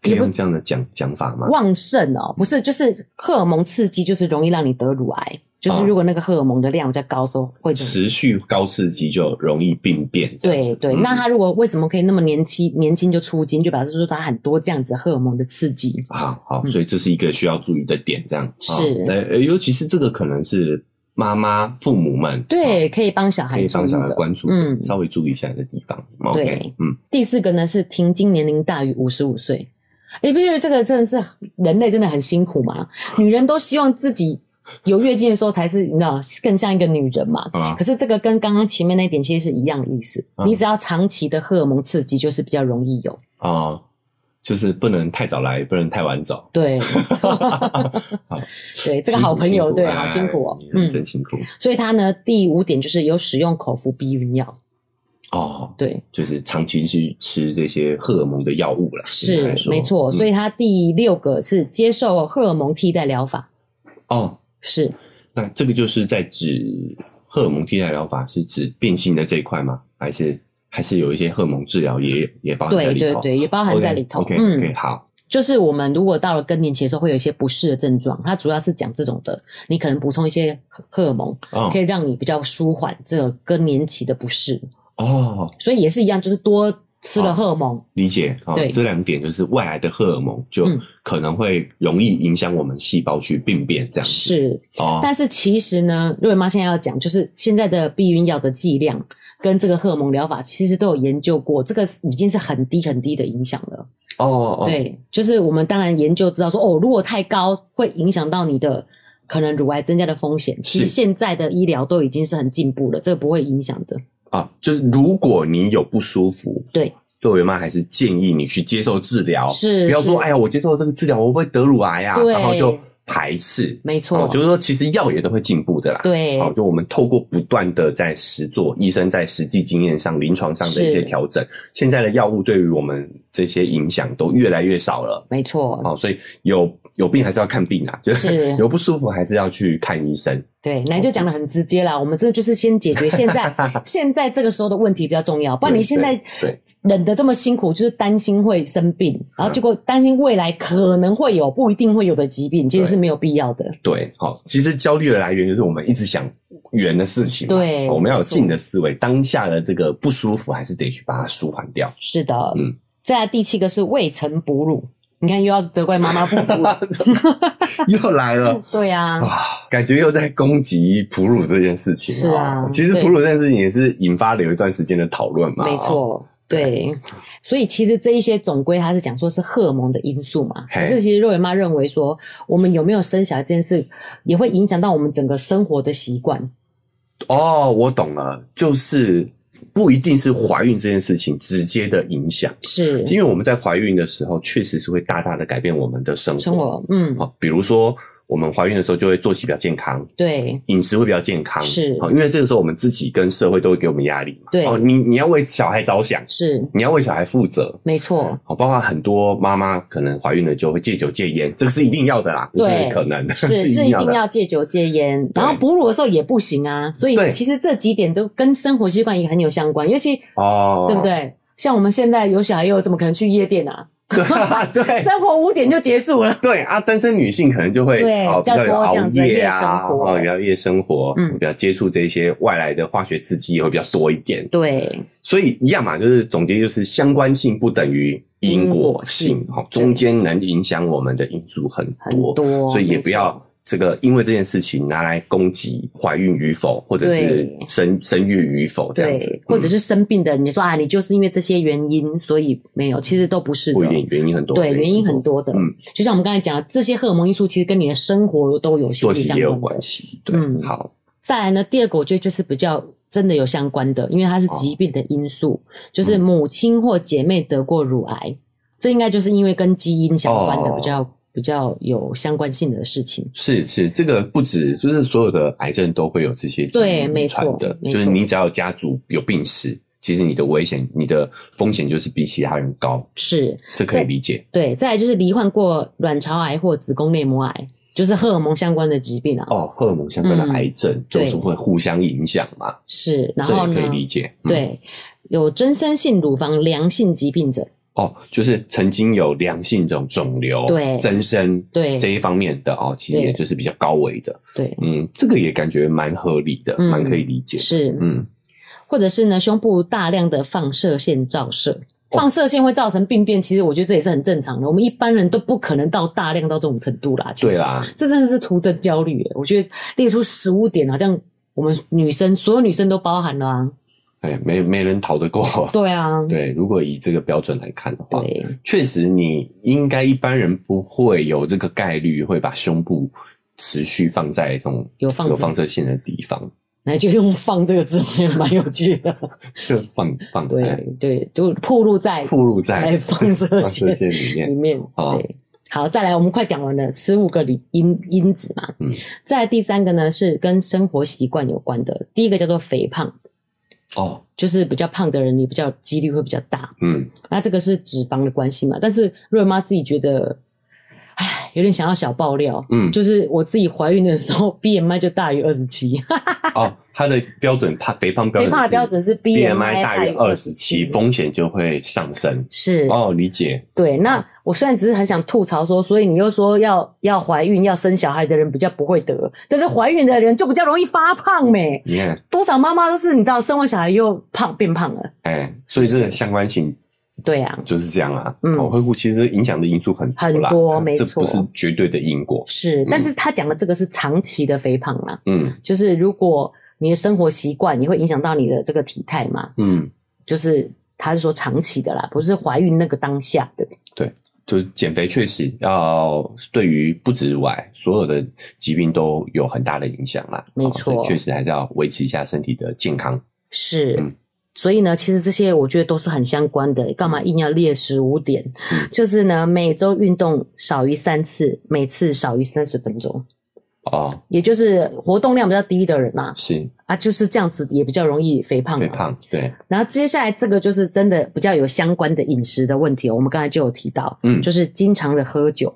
[SPEAKER 2] 可以
[SPEAKER 1] 也不
[SPEAKER 2] 用这样的讲讲法吗？
[SPEAKER 1] 旺盛哦，不是，就是荷尔蒙刺激，就是容易让你得乳癌。就是如果那个荷尔蒙的量比较高的时候，会得
[SPEAKER 2] 持续高刺激就容易病变。这样
[SPEAKER 1] 对
[SPEAKER 2] 子
[SPEAKER 1] 对，
[SPEAKER 2] 嗯
[SPEAKER 1] 那他如果为什么可以那么年轻年轻就出经，就表示说他很多这样子荷尔蒙的刺激。
[SPEAKER 2] 好好，
[SPEAKER 1] 嗯
[SPEAKER 2] 所以这是一个需要注意的点，这样
[SPEAKER 1] 是
[SPEAKER 2] 啊呃，呃尤其是这个可能是妈妈、父母们
[SPEAKER 1] 对，
[SPEAKER 2] 啊
[SPEAKER 1] 可以帮小
[SPEAKER 2] 可
[SPEAKER 1] 孩
[SPEAKER 2] 以
[SPEAKER 1] 注
[SPEAKER 2] 帮
[SPEAKER 1] 意
[SPEAKER 2] 小孩
[SPEAKER 1] 的。
[SPEAKER 2] 关注的，
[SPEAKER 1] 嗯
[SPEAKER 2] 稍微注意一下的地方。OK，嗯，
[SPEAKER 1] 第四个呢是停经年龄大于五十五岁。你不觉得这个真的是人类真的很辛苦吗？女人都希望自己有月经的时候才是你知道更像一个女人嘛。
[SPEAKER 2] 好吧
[SPEAKER 1] 可，是这个跟刚刚前面那一点其实是一样的意思，
[SPEAKER 2] 嗯
[SPEAKER 1] 你只要长期的荷尔蒙刺激，就是比较容易有。
[SPEAKER 2] 啊，就是不能太早来，不能太 晚走。
[SPEAKER 1] 对，
[SPEAKER 2] 好，
[SPEAKER 1] 对，这个
[SPEAKER 2] 辛苦
[SPEAKER 1] 好朋友，
[SPEAKER 2] 辛苦
[SPEAKER 1] 对，
[SPEAKER 2] 哎
[SPEAKER 1] 好辛苦哦
[SPEAKER 2] 你。
[SPEAKER 1] 嗯，
[SPEAKER 2] 真辛苦
[SPEAKER 1] 所以他呢，第五点就是有使用口服避孕药。
[SPEAKER 2] 哦，
[SPEAKER 1] 对，
[SPEAKER 2] 就是长期去吃这些荷尔蒙的药物啦，应该
[SPEAKER 1] 是
[SPEAKER 2] 来说
[SPEAKER 1] 没错。所
[SPEAKER 2] 嗯
[SPEAKER 1] 以他第六个是接受荷尔蒙替代疗法，
[SPEAKER 2] 哦，
[SPEAKER 1] 是
[SPEAKER 2] 那这个就是在指荷尔蒙替代疗法是指变性的这一块吗？还是还是有一些荷尔蒙治疗也也包含在
[SPEAKER 1] 对
[SPEAKER 2] 里
[SPEAKER 1] 对
[SPEAKER 2] 头？
[SPEAKER 1] 对，也包含在里头。
[SPEAKER 2] OK OK，
[SPEAKER 1] 嗯，
[SPEAKER 2] 好，
[SPEAKER 1] 就是我们如果到了更年期的时候，会有一些不适的症状，它主要是讲这种的。你可能补充一些荷尔蒙，
[SPEAKER 2] 哦
[SPEAKER 1] 可以让你比较舒缓这个更年期的不适。
[SPEAKER 2] 哦，
[SPEAKER 1] 所以也是一样，就是多吃了
[SPEAKER 2] 好
[SPEAKER 1] 荷尔蒙，
[SPEAKER 2] 理解哦
[SPEAKER 1] 对，
[SPEAKER 2] 这两点就是外来的荷尔蒙就
[SPEAKER 1] 嗯
[SPEAKER 2] 可能会容易影响我们细胞去病变这样子
[SPEAKER 1] 是
[SPEAKER 2] 哦，
[SPEAKER 1] 但是其实呢，瑞文妈现在要讲，就是现在的避孕药的剂量跟这个荷尔蒙疗法，其实都有研究过，这个已经是很低很低的影响了。
[SPEAKER 2] 哦哦，哦，
[SPEAKER 1] 对，就是我们当然研究知道说，哦，如果太高会影响到你的可能乳癌增加的风险。其实
[SPEAKER 2] 是
[SPEAKER 1] 现在的医疗都已经是很进步了，这个不会影响的。
[SPEAKER 2] 啊，就是如果你有不舒服，
[SPEAKER 1] 对，
[SPEAKER 2] 对我妈还是建议你去接受治疗，
[SPEAKER 1] 是
[SPEAKER 2] 不要说
[SPEAKER 1] 是
[SPEAKER 2] 哎呀，我接受了这个治疗，我会不会得乳癌啊？
[SPEAKER 1] 对
[SPEAKER 2] 然后就排斥。
[SPEAKER 1] 没错，
[SPEAKER 2] 哦就是说其实药也都会进步的啦。
[SPEAKER 1] 对
[SPEAKER 2] 好，就我们透过不断的在实做，医生在实际经验上、临床上的一些
[SPEAKER 1] 是
[SPEAKER 2] 调整，现在的药物对于我们这些影响都越来越少了。哦
[SPEAKER 1] 没错，
[SPEAKER 2] 好，所以有有病还是要看病啊，就是 有不舒服还是要去看医生。
[SPEAKER 1] 对，奶就讲的很直接啦。我们真的就是先解决现 在现在这个时候的问题比较重要，不然你
[SPEAKER 2] 对
[SPEAKER 1] 现在
[SPEAKER 2] 对
[SPEAKER 1] 忍得这么辛苦，就是担心会生病，然后
[SPEAKER 2] 嗯
[SPEAKER 1] 结果担心未来可能会有不一定会有的疾病，其实
[SPEAKER 2] 对
[SPEAKER 1] 是没有必要的。
[SPEAKER 2] 对，好，其实焦虑的来源就是我们一直想远的事情嘛，
[SPEAKER 1] 对
[SPEAKER 2] 我们要有
[SPEAKER 1] 没错
[SPEAKER 2] 近的思维，当下的这个不舒服还是得去把它舒缓 掉。
[SPEAKER 1] 是的，
[SPEAKER 2] 嗯。
[SPEAKER 1] 再来第七个是未曾哺乳，你看又要责怪妈妈不 哺乳，
[SPEAKER 2] 又来了。
[SPEAKER 1] 对呀、
[SPEAKER 2] 啊，感觉又在攻击哺乳这件事情、
[SPEAKER 1] 是啊
[SPEAKER 2] 其实
[SPEAKER 1] 对
[SPEAKER 2] 哺乳这件事情也是引发了有一段时间的讨论嘛。
[SPEAKER 1] 没
[SPEAKER 2] 哦，
[SPEAKER 1] 错。对，所以其实这一些总归它是讲说是荷尔蒙的因素嘛。
[SPEAKER 2] 嘿
[SPEAKER 1] 可是其实肉圆妈认为说，我们有没有生小孩这件事，也会影响到我们整个生活的习惯。
[SPEAKER 2] 哦，我懂了，就是不一定是怀孕这件事情直接的影响，
[SPEAKER 1] 是
[SPEAKER 2] 因为我们在怀孕的时候，确实是会大大的改变我们的生活。
[SPEAKER 1] 生活，嗯，
[SPEAKER 2] 哦，比如说我们怀孕的时候就会作息比较健康，
[SPEAKER 1] 对，
[SPEAKER 2] 饮食会比较健康，
[SPEAKER 1] 是
[SPEAKER 2] 哦，因为这个时候我们自己跟社会都会给我们压力嘛。
[SPEAKER 1] 对
[SPEAKER 2] 哦，你你要为小孩着想，
[SPEAKER 1] 是
[SPEAKER 2] 你要为小孩负责。
[SPEAKER 1] 没错，
[SPEAKER 2] 哦，包括很多妈妈可能怀孕了就会戒酒戒烟，这个是一定要的啦，不是
[SPEAKER 1] 对
[SPEAKER 2] 可 能的，
[SPEAKER 1] 是是
[SPEAKER 2] 一定
[SPEAKER 1] 一
[SPEAKER 2] 要
[SPEAKER 1] 定
[SPEAKER 2] 的。
[SPEAKER 1] 要戒酒戒烟，
[SPEAKER 2] 对
[SPEAKER 1] 然后哺乳的时候也不行啊。所以
[SPEAKER 2] 对
[SPEAKER 1] 其实这几点都跟生活习惯也很有相关，尤其
[SPEAKER 2] 哦，
[SPEAKER 1] 对不？对？像我们现在有小孩又怎么可能去夜店啊？
[SPEAKER 2] 对啊，对。
[SPEAKER 1] 生活五点就结束了。
[SPEAKER 2] 对啊，单身女性可能就会
[SPEAKER 1] 对
[SPEAKER 2] 哦
[SPEAKER 1] 比较
[SPEAKER 2] 比较有
[SPEAKER 1] 多这
[SPEAKER 2] 熬
[SPEAKER 1] 样子的
[SPEAKER 2] 夜
[SPEAKER 1] 夜生
[SPEAKER 2] 啊，
[SPEAKER 1] 活
[SPEAKER 2] 哦比较夜生活，
[SPEAKER 1] 嗯
[SPEAKER 2] 比较接触这些外来的化学刺激也会比较多一点。
[SPEAKER 1] 对，
[SPEAKER 2] 所以一样嘛，就是总结就是相关性不等于因果
[SPEAKER 1] 因
[SPEAKER 2] 性，
[SPEAKER 1] 果性
[SPEAKER 2] 好、中间能影响我们的因素很
[SPEAKER 1] 很多，
[SPEAKER 2] 所以也
[SPEAKER 1] 没
[SPEAKER 2] 不
[SPEAKER 1] 错
[SPEAKER 2] 要这个因为这件事情拿来攻击怀孕与否，或者是
[SPEAKER 1] 对
[SPEAKER 2] 生生育与否这样子
[SPEAKER 1] 对，，或者
[SPEAKER 2] 嗯
[SPEAKER 1] 是生病的，你说啊，你就是因为这些原因，所以没有，其实都不是的
[SPEAKER 2] 嗯不一。定原因很多，
[SPEAKER 1] 对，原因很多的，
[SPEAKER 2] 嗯
[SPEAKER 1] 就像我们刚才讲的，这些荷尔蒙因素其实跟你的生活都有息
[SPEAKER 2] 作
[SPEAKER 1] 息
[SPEAKER 2] 息
[SPEAKER 1] 相
[SPEAKER 2] 也有
[SPEAKER 1] 关
[SPEAKER 2] 关
[SPEAKER 1] 的。
[SPEAKER 2] 系，对，
[SPEAKER 1] 嗯
[SPEAKER 2] 好，
[SPEAKER 1] 再来呢，第二个我觉得就是比较真的有相关的，因为它
[SPEAKER 2] 哦
[SPEAKER 1] 是疾病的因素，就是
[SPEAKER 2] 嗯
[SPEAKER 1] 母亲或姐妹得过乳癌，这应该就是因为跟基因相关的、
[SPEAKER 2] 哦
[SPEAKER 1] 比较比较有相关性的事情。
[SPEAKER 2] 是是，这个不止，就是所有的癌症都会有这些基因
[SPEAKER 1] 对没
[SPEAKER 2] 遗传
[SPEAKER 1] 错
[SPEAKER 2] 的，
[SPEAKER 1] 没
[SPEAKER 2] 就是
[SPEAKER 1] 错
[SPEAKER 2] 你只要有家族有病史，其实你的危险、你的风险就是比其他人高，
[SPEAKER 1] 是
[SPEAKER 2] 这可以
[SPEAKER 1] 在
[SPEAKER 2] 理解。
[SPEAKER 1] 对，再来就是罹患过卵巢癌或子宫内膜癌，就是荷尔蒙相关的疾病啊。
[SPEAKER 2] 哦，荷尔蒙相关的
[SPEAKER 1] 嗯
[SPEAKER 2] 癌症就是
[SPEAKER 1] 对
[SPEAKER 2] 会互相影响嘛，
[SPEAKER 1] 是，然
[SPEAKER 2] 这
[SPEAKER 1] 后
[SPEAKER 2] 也
[SPEAKER 1] 呢
[SPEAKER 2] 可以？理解。嗯，
[SPEAKER 1] 对，有增生性乳房良性疾病者，
[SPEAKER 2] 哦，就是曾经有良性这种肿瘤、
[SPEAKER 1] 对
[SPEAKER 2] 增生
[SPEAKER 1] 对
[SPEAKER 2] 这一方面的哦，其实
[SPEAKER 1] 对
[SPEAKER 2] 也就是比较高危的，
[SPEAKER 1] 对，
[SPEAKER 2] 嗯，这个也感觉蛮合理的，
[SPEAKER 1] 嗯
[SPEAKER 2] 蛮可以理解。
[SPEAKER 1] 是，
[SPEAKER 2] 嗯，
[SPEAKER 1] 或者是呢，胸部大量的放射线照射。
[SPEAKER 2] 哦
[SPEAKER 1] 放射线会造成病变，其实我觉得这也是很正常的。我们一般人都不可能到大量到这种程度啦。其
[SPEAKER 2] 对
[SPEAKER 1] 实，
[SPEAKER 2] 啦，
[SPEAKER 1] 这真的是徒增焦虑耶。我觉得列出十五点，好像我们女生所有女生都包含了啊。
[SPEAKER 2] 哎，没没人逃得过。
[SPEAKER 1] 对啊，
[SPEAKER 2] 对，如果以这个标准来看的话，
[SPEAKER 1] 对
[SPEAKER 2] 确实，你应该一般人不会有这个概率会把胸部持续放在这种
[SPEAKER 1] 有放
[SPEAKER 2] 有
[SPEAKER 1] 着
[SPEAKER 2] 放射线的地方，
[SPEAKER 1] 那就用“放”这个字，我觉得蛮有趣的。
[SPEAKER 2] 就放放哎
[SPEAKER 1] 对对，就暴露在
[SPEAKER 2] 暴露在
[SPEAKER 1] 在放射
[SPEAKER 2] 放射线里
[SPEAKER 1] 里
[SPEAKER 2] 面。
[SPEAKER 1] 面。
[SPEAKER 2] 哦
[SPEAKER 1] 对，好，再来，我们快讲完了，十五个里因因子嘛。
[SPEAKER 2] 嗯，
[SPEAKER 1] 再来第三个呢是跟生活习惯有关的，第一个叫做肥胖，
[SPEAKER 2] 哦，
[SPEAKER 1] 就是比较胖的人，你比较几率会比较大。
[SPEAKER 2] 嗯，
[SPEAKER 1] 那这个是脂肪的关系嘛？但是瑞妈自己觉得，唉，有点想要小爆料。
[SPEAKER 2] 嗯
[SPEAKER 1] 就是我自己怀孕的时候，BMI 就大于二十七，
[SPEAKER 2] 哦，它的标准，它肥胖
[SPEAKER 1] 啊
[SPEAKER 2] 标
[SPEAKER 1] 肥
[SPEAKER 2] 准，
[SPEAKER 1] 胖的标准是
[SPEAKER 2] BMI 大于二十七，
[SPEAKER 1] 27
[SPEAKER 2] 风险就会上升。
[SPEAKER 1] 是
[SPEAKER 2] 哦，理解。
[SPEAKER 1] 对，那我虽然只是很想吐槽说，所以你又说要要怀孕要生小孩的人比较不会得，但是怀孕的人就比较容易发胖没、
[SPEAKER 2] 你看，
[SPEAKER 1] 多少妈妈都是你知道，生完小孩又胖变胖了。
[SPEAKER 2] 哎，所以这个相关性
[SPEAKER 1] 对啊，
[SPEAKER 2] 就是这样啊。
[SPEAKER 1] 嗯
[SPEAKER 2] 嗯，会互其实影响的因素很啦啊
[SPEAKER 1] 很多没
[SPEAKER 2] 这
[SPEAKER 1] 错
[SPEAKER 2] 不是绝对的因果。
[SPEAKER 1] 是，但是他讲的这个是长期的肥胖啊，
[SPEAKER 2] 嗯
[SPEAKER 1] 就是如果你的生活习惯，你会影响到你的这个体态嘛，
[SPEAKER 2] 嗯。
[SPEAKER 1] 就是他是说长期的啦，不是怀孕那个当下的。
[SPEAKER 2] 就是减肥确实要对于不止乳癌，所有的疾病都有很大的影响啦。
[SPEAKER 1] 没
[SPEAKER 2] 哦
[SPEAKER 1] 错
[SPEAKER 2] 所以确实还是要维持一下身体的健康。
[SPEAKER 1] 是。
[SPEAKER 2] 嗯
[SPEAKER 1] 所以呢，其实这些我觉得都是很相关的，干嘛硬要列十五点？
[SPEAKER 2] 嗯
[SPEAKER 1] 就是呢，每周运动少于三次，每次少于三十分钟，
[SPEAKER 2] 哦，
[SPEAKER 1] 也就是活动量比较低的人啦、
[SPEAKER 2] 是
[SPEAKER 1] 啊，就是这样子也比较容易肥胖、
[SPEAKER 2] 肥。胖，对，
[SPEAKER 1] 然后接下来这个就是真的比较有相关的饮食的问题哦，我们刚才就有提到，
[SPEAKER 2] 嗯
[SPEAKER 1] 就是经常的喝酒，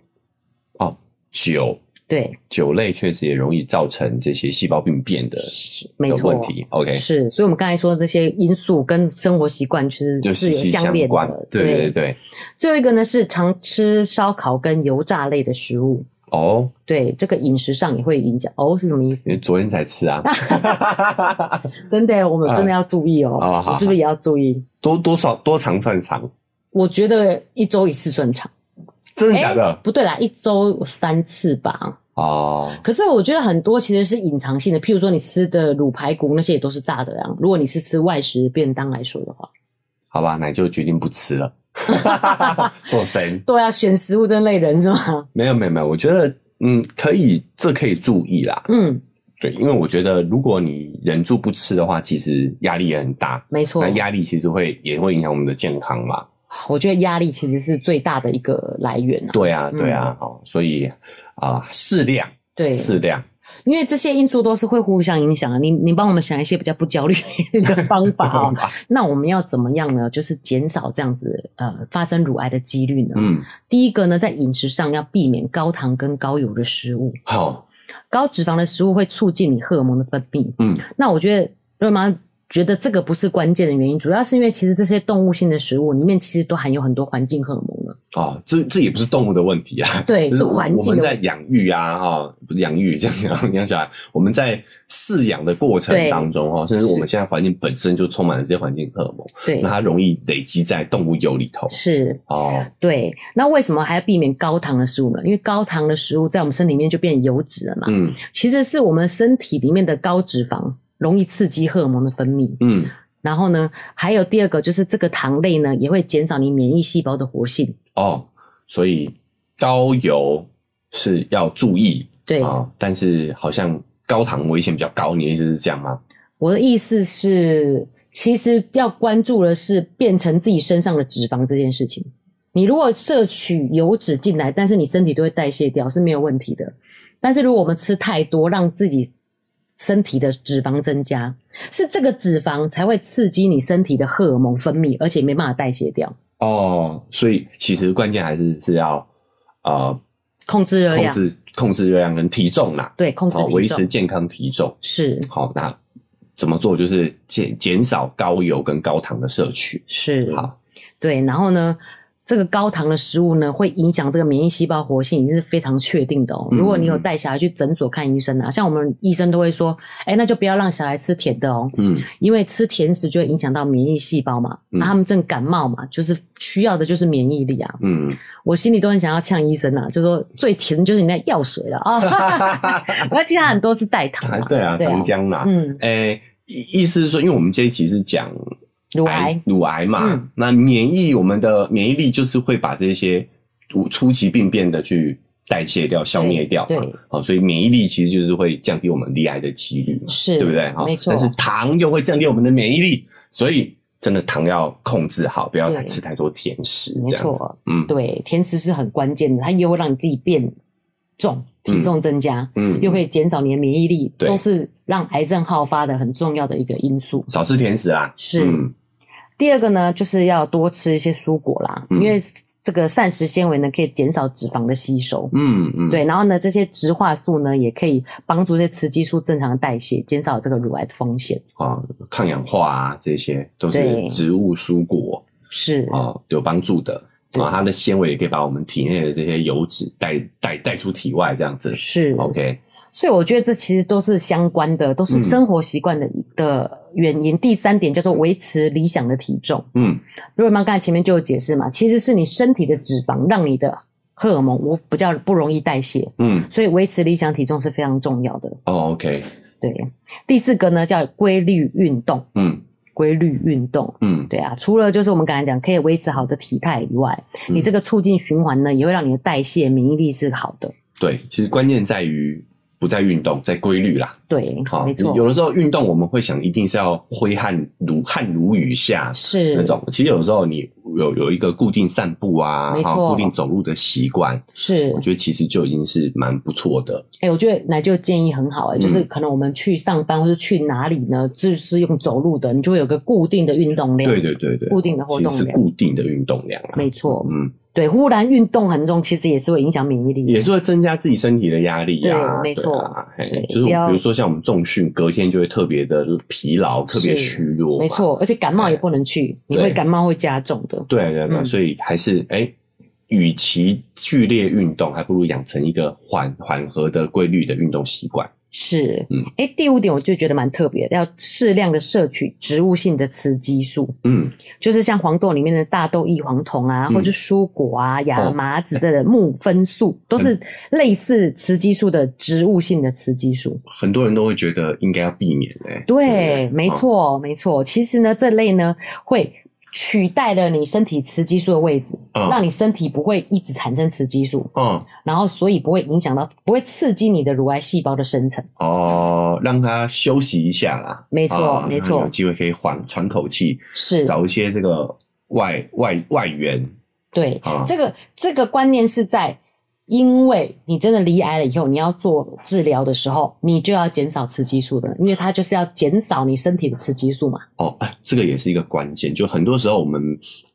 [SPEAKER 2] 哦，酒
[SPEAKER 1] 对，
[SPEAKER 2] 酒类确实也容易造成这些细胞病变的
[SPEAKER 1] 是没
[SPEAKER 2] 的
[SPEAKER 1] 错，
[SPEAKER 2] 问题。OK，
[SPEAKER 1] 是。所以我们刚才说的这些因素跟生活习惯其实
[SPEAKER 2] 就是息
[SPEAKER 1] 有
[SPEAKER 2] 息
[SPEAKER 1] 相
[SPEAKER 2] 相
[SPEAKER 1] 连
[SPEAKER 2] 关
[SPEAKER 1] 的，。
[SPEAKER 2] 对对对，
[SPEAKER 1] 最后一个呢是常吃烧烤跟油炸类的食物，
[SPEAKER 2] 哦，
[SPEAKER 1] 对这个饮食上也会影响。哦，是什么意思
[SPEAKER 2] 因？为昨天才吃啊，
[SPEAKER 1] 真的耶，我们真的要注意哦。
[SPEAKER 2] 啊好好
[SPEAKER 1] 你是不是也要注意？
[SPEAKER 2] 多多少多长算长？
[SPEAKER 1] 我觉得一周一次算长，
[SPEAKER 2] 真的假
[SPEAKER 1] 诶
[SPEAKER 2] 的？
[SPEAKER 1] 不对啦，一周三次吧。
[SPEAKER 2] 哦，
[SPEAKER 1] 可是我觉得很多其实是隐藏性的，譬如说你吃的卤排骨那些也都是炸的啊。如果你是吃外食便当来说的话，
[SPEAKER 2] 好吧，奶就决定不 吃了，做神。
[SPEAKER 1] 对啊，选食物真累人是吗？
[SPEAKER 2] 没有没有没有，我觉得嗯，可以，这可以注意啦。
[SPEAKER 1] 嗯，
[SPEAKER 2] 对，因为我觉得如果你忍住不吃的话，其实压力也很大。
[SPEAKER 1] 没错
[SPEAKER 2] 那，压力其实会也会影响我们的健康嘛。
[SPEAKER 1] 我觉得压力其实是最大的一个来源啊。
[SPEAKER 2] 对啊，
[SPEAKER 1] 嗯
[SPEAKER 2] 对啊，哦，所以啊、适量，
[SPEAKER 1] 对，
[SPEAKER 2] 适量，
[SPEAKER 1] 因为这些因素都是会互相影响的。你你帮我们想一些比较不焦虑的方 法啊、那我们要怎么样呢？就是减少这样子呃发生乳癌的几率呢？
[SPEAKER 2] 嗯，
[SPEAKER 1] 第一个呢，在饮食上要避免高糖跟高油的食物，
[SPEAKER 2] 好，
[SPEAKER 1] 高脂肪的食物会促进你荷尔蒙的分泌。
[SPEAKER 2] 嗯，
[SPEAKER 1] 那我觉得瑞妈觉得这个不是关键的原因，主要是因为其实这些动物性的食物里面其实都含有很多环境荷尔蒙了。
[SPEAKER 2] 哦，这这也不是动物的问题啊，
[SPEAKER 1] 对，
[SPEAKER 2] 就是我
[SPEAKER 1] 环
[SPEAKER 2] 我
[SPEAKER 1] 境
[SPEAKER 2] 们
[SPEAKER 1] 的
[SPEAKER 2] 在
[SPEAKER 1] 问题。
[SPEAKER 2] 养育啊，哈、不是养育这样讲， 养小孩，我们在饲养的过程
[SPEAKER 1] 对
[SPEAKER 2] 当中，哦哈，甚至我们
[SPEAKER 1] 是
[SPEAKER 2] 现在环境本身就充满了这些环境荷尔蒙，
[SPEAKER 1] 对
[SPEAKER 2] 那，它容易累积在动物油里头。
[SPEAKER 1] 是啊
[SPEAKER 2] 哦，
[SPEAKER 1] 对。那为什么还要避免高糖的食物呢？因为高糖的食物在我们身体里面就变油脂了嘛，
[SPEAKER 2] 嗯
[SPEAKER 1] 其实是我们身体里面的高脂肪容易刺激荷尔蒙的分泌。
[SPEAKER 2] 嗯，
[SPEAKER 1] 然后呢，还有第二个就是这个糖类呢，也会减少你免疫细胞的活性。
[SPEAKER 2] 哦，所以高油是要注意
[SPEAKER 1] 对，
[SPEAKER 2] 啊、但是好像高糖危险比较高，你的意思是这样吗？
[SPEAKER 1] 我的意思是，其实要关注的是变成自己身上的脂肪这件事情。你如果摄取油脂进来，但是你身体都会代谢掉，是没有问题的。但是如果我们吃太多，让自己身体的脂肪增加，是这个脂肪才会刺激你身体的荷尔蒙分泌，而且没办法代谢掉，
[SPEAKER 2] 哦，所以其实关键还是是要呃
[SPEAKER 1] 控制热
[SPEAKER 2] 控
[SPEAKER 1] 量，
[SPEAKER 2] 制控制热量跟体重啦，
[SPEAKER 1] 对，控制
[SPEAKER 2] 好、维
[SPEAKER 1] 体
[SPEAKER 2] 持
[SPEAKER 1] 重
[SPEAKER 2] 健康体重。
[SPEAKER 1] 是
[SPEAKER 2] 好，那怎么做？就是减减少高油跟高糖的摄取。
[SPEAKER 1] 是
[SPEAKER 2] 好，
[SPEAKER 1] 对，然后呢，这个高糖的食物呢，会影响这个免疫细胞活性，已经是非常确定的哦。
[SPEAKER 2] 嗯
[SPEAKER 1] 如果你有带小孩去诊所看医生啊，像我们医生都会说，哎，那就不要让小孩吃甜的哦，
[SPEAKER 2] 嗯，
[SPEAKER 1] 因为吃甜食就会影响到免疫细胞嘛，
[SPEAKER 2] 嗯
[SPEAKER 1] 那、他们正感冒嘛，就是需要的就是免疫力啊。
[SPEAKER 2] 嗯，
[SPEAKER 1] 我心里都很想要呛医生啊，就说最甜就是你那药水了 啊，那其他很多是代糖
[SPEAKER 2] 啊
[SPEAKER 1] 嘛，
[SPEAKER 2] 对啊，糖浆啦，
[SPEAKER 1] 嗯，
[SPEAKER 2] 诶、意意思是说，因为我们这一集是讲
[SPEAKER 1] 乳癌，
[SPEAKER 2] 乳癌嘛，
[SPEAKER 1] 嗯
[SPEAKER 2] 那免疫我们的免疫力就是会把这些初初期病变的去代谢掉、消灭掉啊嘛
[SPEAKER 1] 对。
[SPEAKER 2] 好、哦所以免疫力其实就是会降低我们罹癌的几率嘛，
[SPEAKER 1] 是，
[SPEAKER 2] 对不对？哈、
[SPEAKER 1] 没错
[SPEAKER 2] 但，是糖又会降低我们的免疫力，所以真的糖要控制好，不要
[SPEAKER 1] 对
[SPEAKER 2] 吃太多甜食，
[SPEAKER 1] 没
[SPEAKER 2] 这样子。
[SPEAKER 1] 错，
[SPEAKER 2] 嗯
[SPEAKER 1] 对，甜食是很关键的，它又会让你自己变重，体重增加，
[SPEAKER 2] 嗯，
[SPEAKER 1] 又可以减少你的免疫力，
[SPEAKER 2] 对
[SPEAKER 1] 都是让癌症好发的很重要的一个因素。
[SPEAKER 2] 少吃甜食啊。
[SPEAKER 1] 是
[SPEAKER 2] 嗯
[SPEAKER 1] 第二个呢，就是要多吃一些蔬果啦，
[SPEAKER 2] 嗯
[SPEAKER 1] 因为这个膳食纤维呢可以减少脂肪的吸收。
[SPEAKER 2] 嗯嗯，
[SPEAKER 1] 对，然后呢，这些植化素呢，也可以帮助这些雌激素正常的代谢，减少这个乳癌的风险。
[SPEAKER 2] 啊，抗氧化啊，这些都是
[SPEAKER 1] 对
[SPEAKER 2] 植物蔬果
[SPEAKER 1] 是，
[SPEAKER 2] 啊有帮助的
[SPEAKER 1] 对
[SPEAKER 2] 啊，它的纤维也可以把我们体内的这些油脂带带带出体外，这样子。
[SPEAKER 1] 是
[SPEAKER 2] OK，
[SPEAKER 1] 所以我觉得这其实都是相关的，都是
[SPEAKER 2] 嗯
[SPEAKER 1] 生活习惯的、的原因。第三点叫做维持理想的体重。
[SPEAKER 2] 嗯
[SPEAKER 1] 如果妈刚才前面就有解释嘛，其实是你身体的脂肪让你的荷尔蒙无比较不容易代谢，
[SPEAKER 2] 嗯，
[SPEAKER 1] 所以维持理想体重是非常重要的。
[SPEAKER 2] 哦 OK，
[SPEAKER 1] 对，第四个呢叫规律运动，
[SPEAKER 2] 嗯
[SPEAKER 1] 规律运动。
[SPEAKER 2] 嗯
[SPEAKER 1] 对啊，除了就是我们刚才讲可以维持好的体态以外，
[SPEAKER 2] 嗯
[SPEAKER 1] 你这个促进循环呢，也会让你的代谢免疫力是好的。
[SPEAKER 2] 对，其实关键在于不在运动，在规律啦。
[SPEAKER 1] 对，
[SPEAKER 2] 好，
[SPEAKER 1] 没错，
[SPEAKER 2] 有的时候运动我们会想一定是要挥汗如汗如雨下，
[SPEAKER 1] 是
[SPEAKER 2] 那种，其实有时候你有有一个固定散步啊，
[SPEAKER 1] 没
[SPEAKER 2] 哈
[SPEAKER 1] 错
[SPEAKER 2] 固定走路的习惯，
[SPEAKER 1] 是
[SPEAKER 2] 我觉得其实就已经是蛮不错的。
[SPEAKER 1] 哎、我觉得奶舅建议很好、哎、
[SPEAKER 2] 嗯
[SPEAKER 1] 就是可能我们去上班或是去哪里呢，就是用走路的，你就会有个固定的运动量。
[SPEAKER 2] 对对对对，
[SPEAKER 1] 固定的活动
[SPEAKER 2] 其实是
[SPEAKER 1] 量
[SPEAKER 2] 固定的运动量啦。
[SPEAKER 1] 没错，
[SPEAKER 2] 嗯，
[SPEAKER 1] 对，忽然运动很重，其实也是会影响免疫力。
[SPEAKER 2] 也是会增加自己身体的压力呀、
[SPEAKER 1] 对没错
[SPEAKER 2] 对啊嘿
[SPEAKER 1] 对
[SPEAKER 2] 就是
[SPEAKER 1] 不要
[SPEAKER 2] 比如说像我们重训，隔天就会特别的疲劳，特别
[SPEAKER 1] 是
[SPEAKER 2] 虚弱，
[SPEAKER 1] 没。错，而且感冒也不能去，你
[SPEAKER 2] 对
[SPEAKER 1] 会感冒会加重的。
[SPEAKER 2] 对对对，
[SPEAKER 1] 嗯
[SPEAKER 2] 所以还是哎，与其剧烈运动，还不如养成一个缓缓和的规律的运动习惯。
[SPEAKER 1] 是，
[SPEAKER 2] 嗯
[SPEAKER 1] 哎、第五点我就觉得蛮特别的，要适量的摄取植物性的雌激素，
[SPEAKER 2] 嗯，
[SPEAKER 1] 就是像黄豆里面的大豆异黄酮啊，
[SPEAKER 2] 嗯
[SPEAKER 1] 或是蔬果啊、亚
[SPEAKER 2] 哦嗯
[SPEAKER 1] 麻籽这类的木酚素，都是类似雌激素的植物性的雌激素。
[SPEAKER 2] 很多人都会觉得应该要避免哎、不
[SPEAKER 1] 对，没
[SPEAKER 2] 哦
[SPEAKER 1] 错，没错。其实呢，这类呢会取代了你身体雌激素的位置，
[SPEAKER 2] 嗯
[SPEAKER 1] 让你身体不会一直产生雌激素，
[SPEAKER 2] 嗯
[SPEAKER 1] 然后所以不会影响到，不会刺激你的乳癌细胞的生成。
[SPEAKER 2] 哦，哦，让他休息一下啦。
[SPEAKER 1] 没错
[SPEAKER 2] 啊
[SPEAKER 1] 没错
[SPEAKER 2] 有机会可以缓喘口气，
[SPEAKER 1] 是
[SPEAKER 2] 找一些这个外外外援。
[SPEAKER 1] 对，
[SPEAKER 2] 啊
[SPEAKER 1] 这个这个观念是在，因为你真的离癌了以后，你要做治疗的时候，你就要减少雌激素的，因为它就是要减少你身体的雌激素嘛。
[SPEAKER 2] 哦，哎，这个也是一个关键。就很多时候我们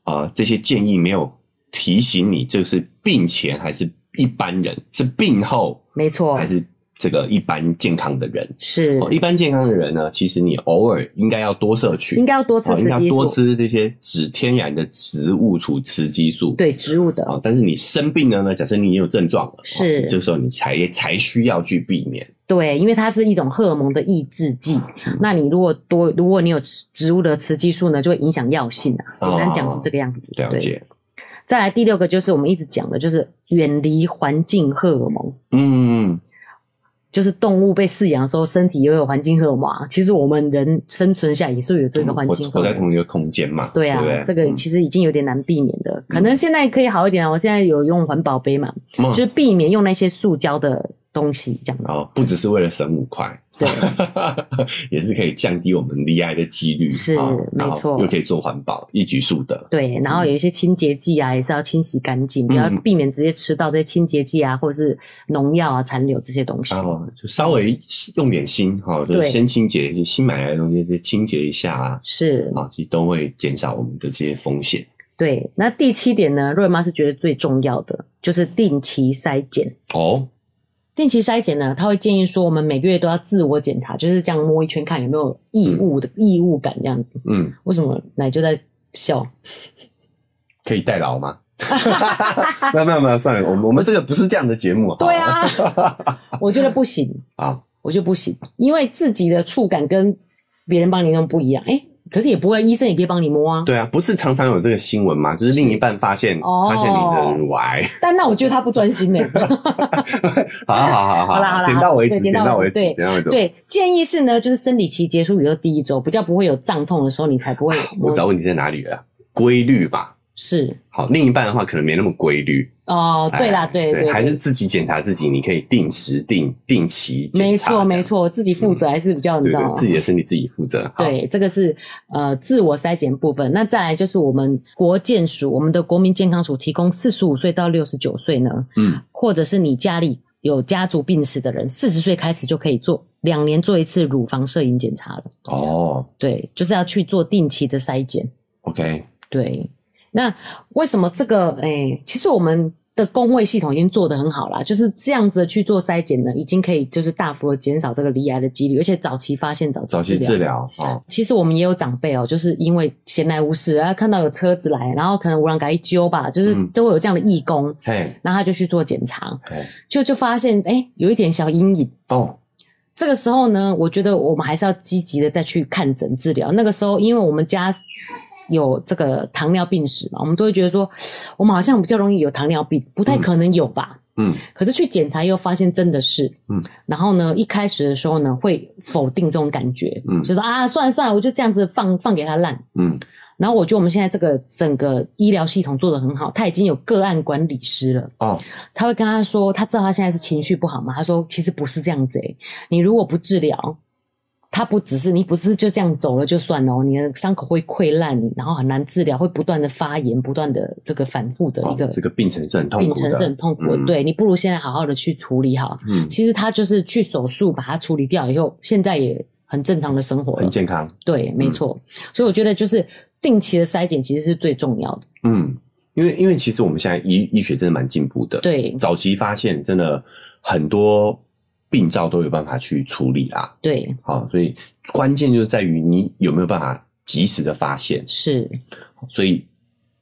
[SPEAKER 2] 啊、这些建议没有提醒你，这是病前还是一般人，是病后
[SPEAKER 1] 没错
[SPEAKER 2] 还，是这个一般健康的人。
[SPEAKER 1] 是
[SPEAKER 2] 哦，一般健康的人呢，其实你偶尔应该要多摄取，
[SPEAKER 1] 应该要多吃
[SPEAKER 2] 哦，应
[SPEAKER 1] 雌
[SPEAKER 2] 该
[SPEAKER 1] 激素，
[SPEAKER 2] 多吃这些指天然的植物处雌激素。
[SPEAKER 1] 对植物的，
[SPEAKER 2] 啊、但是你生病了呢，假设你已经有症状了，
[SPEAKER 1] 是
[SPEAKER 2] 哦这时候你才才需要去避免。
[SPEAKER 1] 对，因为它是一种荷尔蒙的抑制剂。
[SPEAKER 2] 嗯
[SPEAKER 1] 那你如果多，如果你有吃植物的雌激素呢，就会影响药性啊。简单讲是这个样子。
[SPEAKER 2] 哦了
[SPEAKER 1] 对。
[SPEAKER 2] 解，
[SPEAKER 1] 再来第六个就是我们一直讲的，就是远离环境荷尔蒙。
[SPEAKER 2] 嗯，
[SPEAKER 1] 就是动物被饲养的时候，身体也有环境荷尔蒙啊。其实我们人生存下来也是有这个环
[SPEAKER 2] 活
[SPEAKER 1] 境荷
[SPEAKER 2] 活
[SPEAKER 1] 尔
[SPEAKER 2] 嗯在
[SPEAKER 1] 蒙。
[SPEAKER 2] 同一个空间嘛，
[SPEAKER 1] 对啊，
[SPEAKER 2] 不对
[SPEAKER 1] 这个
[SPEAKER 2] 嗯
[SPEAKER 1] 其实已经有点难避免的，可能现在可以好一点啊。我现在有用环保杯嘛，
[SPEAKER 2] 嗯
[SPEAKER 1] 就是避免用那些塑胶的东西，这样子。
[SPEAKER 2] 哦，不只是为了省五块，
[SPEAKER 1] 对，
[SPEAKER 2] 也是可以降低我们离癌的几率，
[SPEAKER 1] 是
[SPEAKER 2] 啊
[SPEAKER 1] 没错
[SPEAKER 2] 然后又可以做环保，一举数得。
[SPEAKER 1] 对，然后有一些清洁剂啊，也是要清洗干净，不要
[SPEAKER 2] 嗯
[SPEAKER 1] 避免直接吃到这些清洁剂啊，或者是农药啊残留这些东西。
[SPEAKER 2] 然后就稍微用点心哈、哦，就是
[SPEAKER 1] 对
[SPEAKER 2] 先清洁一些新买来的东西，先清洁一下啊，
[SPEAKER 1] 是，
[SPEAKER 2] 啊，其实都会减少我们的这些风险。
[SPEAKER 1] 对。那第七点呢，瑞妈是觉得最重要的就是定期筛检。
[SPEAKER 2] 哦，
[SPEAKER 1] 定期筛检呢，他会建议说，我们每个月都要自我检查，就是这样摸一圈看有没有异物的异物感这样子。
[SPEAKER 2] 嗯，
[SPEAKER 1] 为什么奶就在笑？
[SPEAKER 2] 可以代劳吗？ 没有没有没有，算了，我们我们这个不是这样的节目。好
[SPEAKER 1] 对，啊， 我觉得不行，
[SPEAKER 2] 啊，
[SPEAKER 1] 我觉得不行，因为自己的触感跟别人帮你弄不一样。哎、可是也不会，医生也可以帮你摸啊。
[SPEAKER 2] 对啊，不是常常有这个新闻吗？就是另一半发现
[SPEAKER 1] 哦
[SPEAKER 2] 发现你的乳 癌，
[SPEAKER 1] 但那我觉得他不专心呢、欸
[SPEAKER 2] 啊好好好好
[SPEAKER 1] 好啦好啦
[SPEAKER 2] 点到为止，
[SPEAKER 1] 对点
[SPEAKER 2] 点
[SPEAKER 1] 到
[SPEAKER 2] 到
[SPEAKER 1] 为
[SPEAKER 2] 为
[SPEAKER 1] 止
[SPEAKER 2] 止，点到为止。
[SPEAKER 1] 对，建议是呢，就是生理期结束以后第一周，比较不会有胀痛的时候，你才不会摸。
[SPEAKER 2] 我知道问题在哪里了，规律吧。
[SPEAKER 1] 是
[SPEAKER 2] 好，另一半的话可能没那么规律。
[SPEAKER 1] 哦， 对啦，
[SPEAKER 2] 哎
[SPEAKER 1] 对对，
[SPEAKER 2] 还是自己检查自己，你可以定时定定期检查
[SPEAKER 1] 没错没，
[SPEAKER 2] 这样
[SPEAKER 1] 错，自己负责还是比较，你
[SPEAKER 2] 对
[SPEAKER 1] 知道
[SPEAKER 2] 对，
[SPEAKER 1] 吗？
[SPEAKER 2] 自己的身体自己负责。好，
[SPEAKER 1] 对，这个是呃自我筛检部分。那再来就是我们国健署，我们的国民健康署提供四十五岁到六十九岁呢，
[SPEAKER 2] 嗯，
[SPEAKER 1] 或者是你家里有家族病史的人，四十岁开始就可以做，两年做一次乳房摄影检查了。
[SPEAKER 2] 哦
[SPEAKER 1] 对，就是要去做定期的筛检。
[SPEAKER 2] ，OK，
[SPEAKER 1] 对，那为什么这个？哎、其实我们的工位系统已经做得很好啦，就是这样子去做筛检呢，已经可以就是大幅的减少这个离癌的几率，而且早期发现、早
[SPEAKER 2] 早
[SPEAKER 1] 期
[SPEAKER 2] 期
[SPEAKER 1] 治
[SPEAKER 2] 治
[SPEAKER 1] 疗。
[SPEAKER 2] 疗哦，
[SPEAKER 1] 其实我们也有长辈哦，就是因为闲来无事，然后看到有车子来，然后可能无人给他一揪吧，就是
[SPEAKER 2] 嗯
[SPEAKER 1] 都会有这样的义工，
[SPEAKER 2] 嘿，
[SPEAKER 1] 然后他就去做检查，
[SPEAKER 2] 嘿，
[SPEAKER 1] 就就发现哎有一点小阴影。
[SPEAKER 2] 哦，
[SPEAKER 1] 这个时候呢，我觉得我们还是要积极的再去看诊治疗。那个时候，因为我们家有这个糖尿病史嘛，我们都会觉得说，我们好像比较容易有糖尿病，不太可能有吧。
[SPEAKER 2] 嗯，
[SPEAKER 1] 可是去检查又发现真的是，
[SPEAKER 2] 嗯，
[SPEAKER 1] 然后呢，一开始的时候呢，会否定这种感觉，
[SPEAKER 2] 嗯
[SPEAKER 1] 就说啊，算了算了，我就这样子放放给他烂。
[SPEAKER 2] 嗯，
[SPEAKER 1] 然后我觉得我们现在这个整个医疗系统做得很好，他已经有个案管理师了，
[SPEAKER 2] 哦，
[SPEAKER 1] 他会跟他说，他知道他现在是情绪不好嘛？他说其实不是这样子诶、欸你如果不治疗，他不只是你不是就这样走了就算哦，你的伤口会溃烂，然后很难治疗，会不断的发炎，不断的这个反复的一个、
[SPEAKER 2] 哦这个病程是很痛苦
[SPEAKER 1] 病
[SPEAKER 2] 的，
[SPEAKER 1] 程是很痛苦的，
[SPEAKER 2] 嗯
[SPEAKER 1] 对你不如现在好好的去处理好。
[SPEAKER 2] 嗯，
[SPEAKER 1] 其实他就是去手术把它处理掉以后，现在也很正常的生活
[SPEAKER 2] 很
[SPEAKER 1] 了。
[SPEAKER 2] 健康，嗯
[SPEAKER 1] 对，没错。所以我觉得就是定期的筛检其实是最重要的。
[SPEAKER 2] 嗯，因为因为其实我们现在医医学真的蛮进步的，，
[SPEAKER 1] 对
[SPEAKER 2] 早期发现真的很多病灶都有办法去处理啦，
[SPEAKER 1] 对
[SPEAKER 2] 好，所以关键就在于你有没有办法及时的发现。
[SPEAKER 1] 是，
[SPEAKER 2] 所以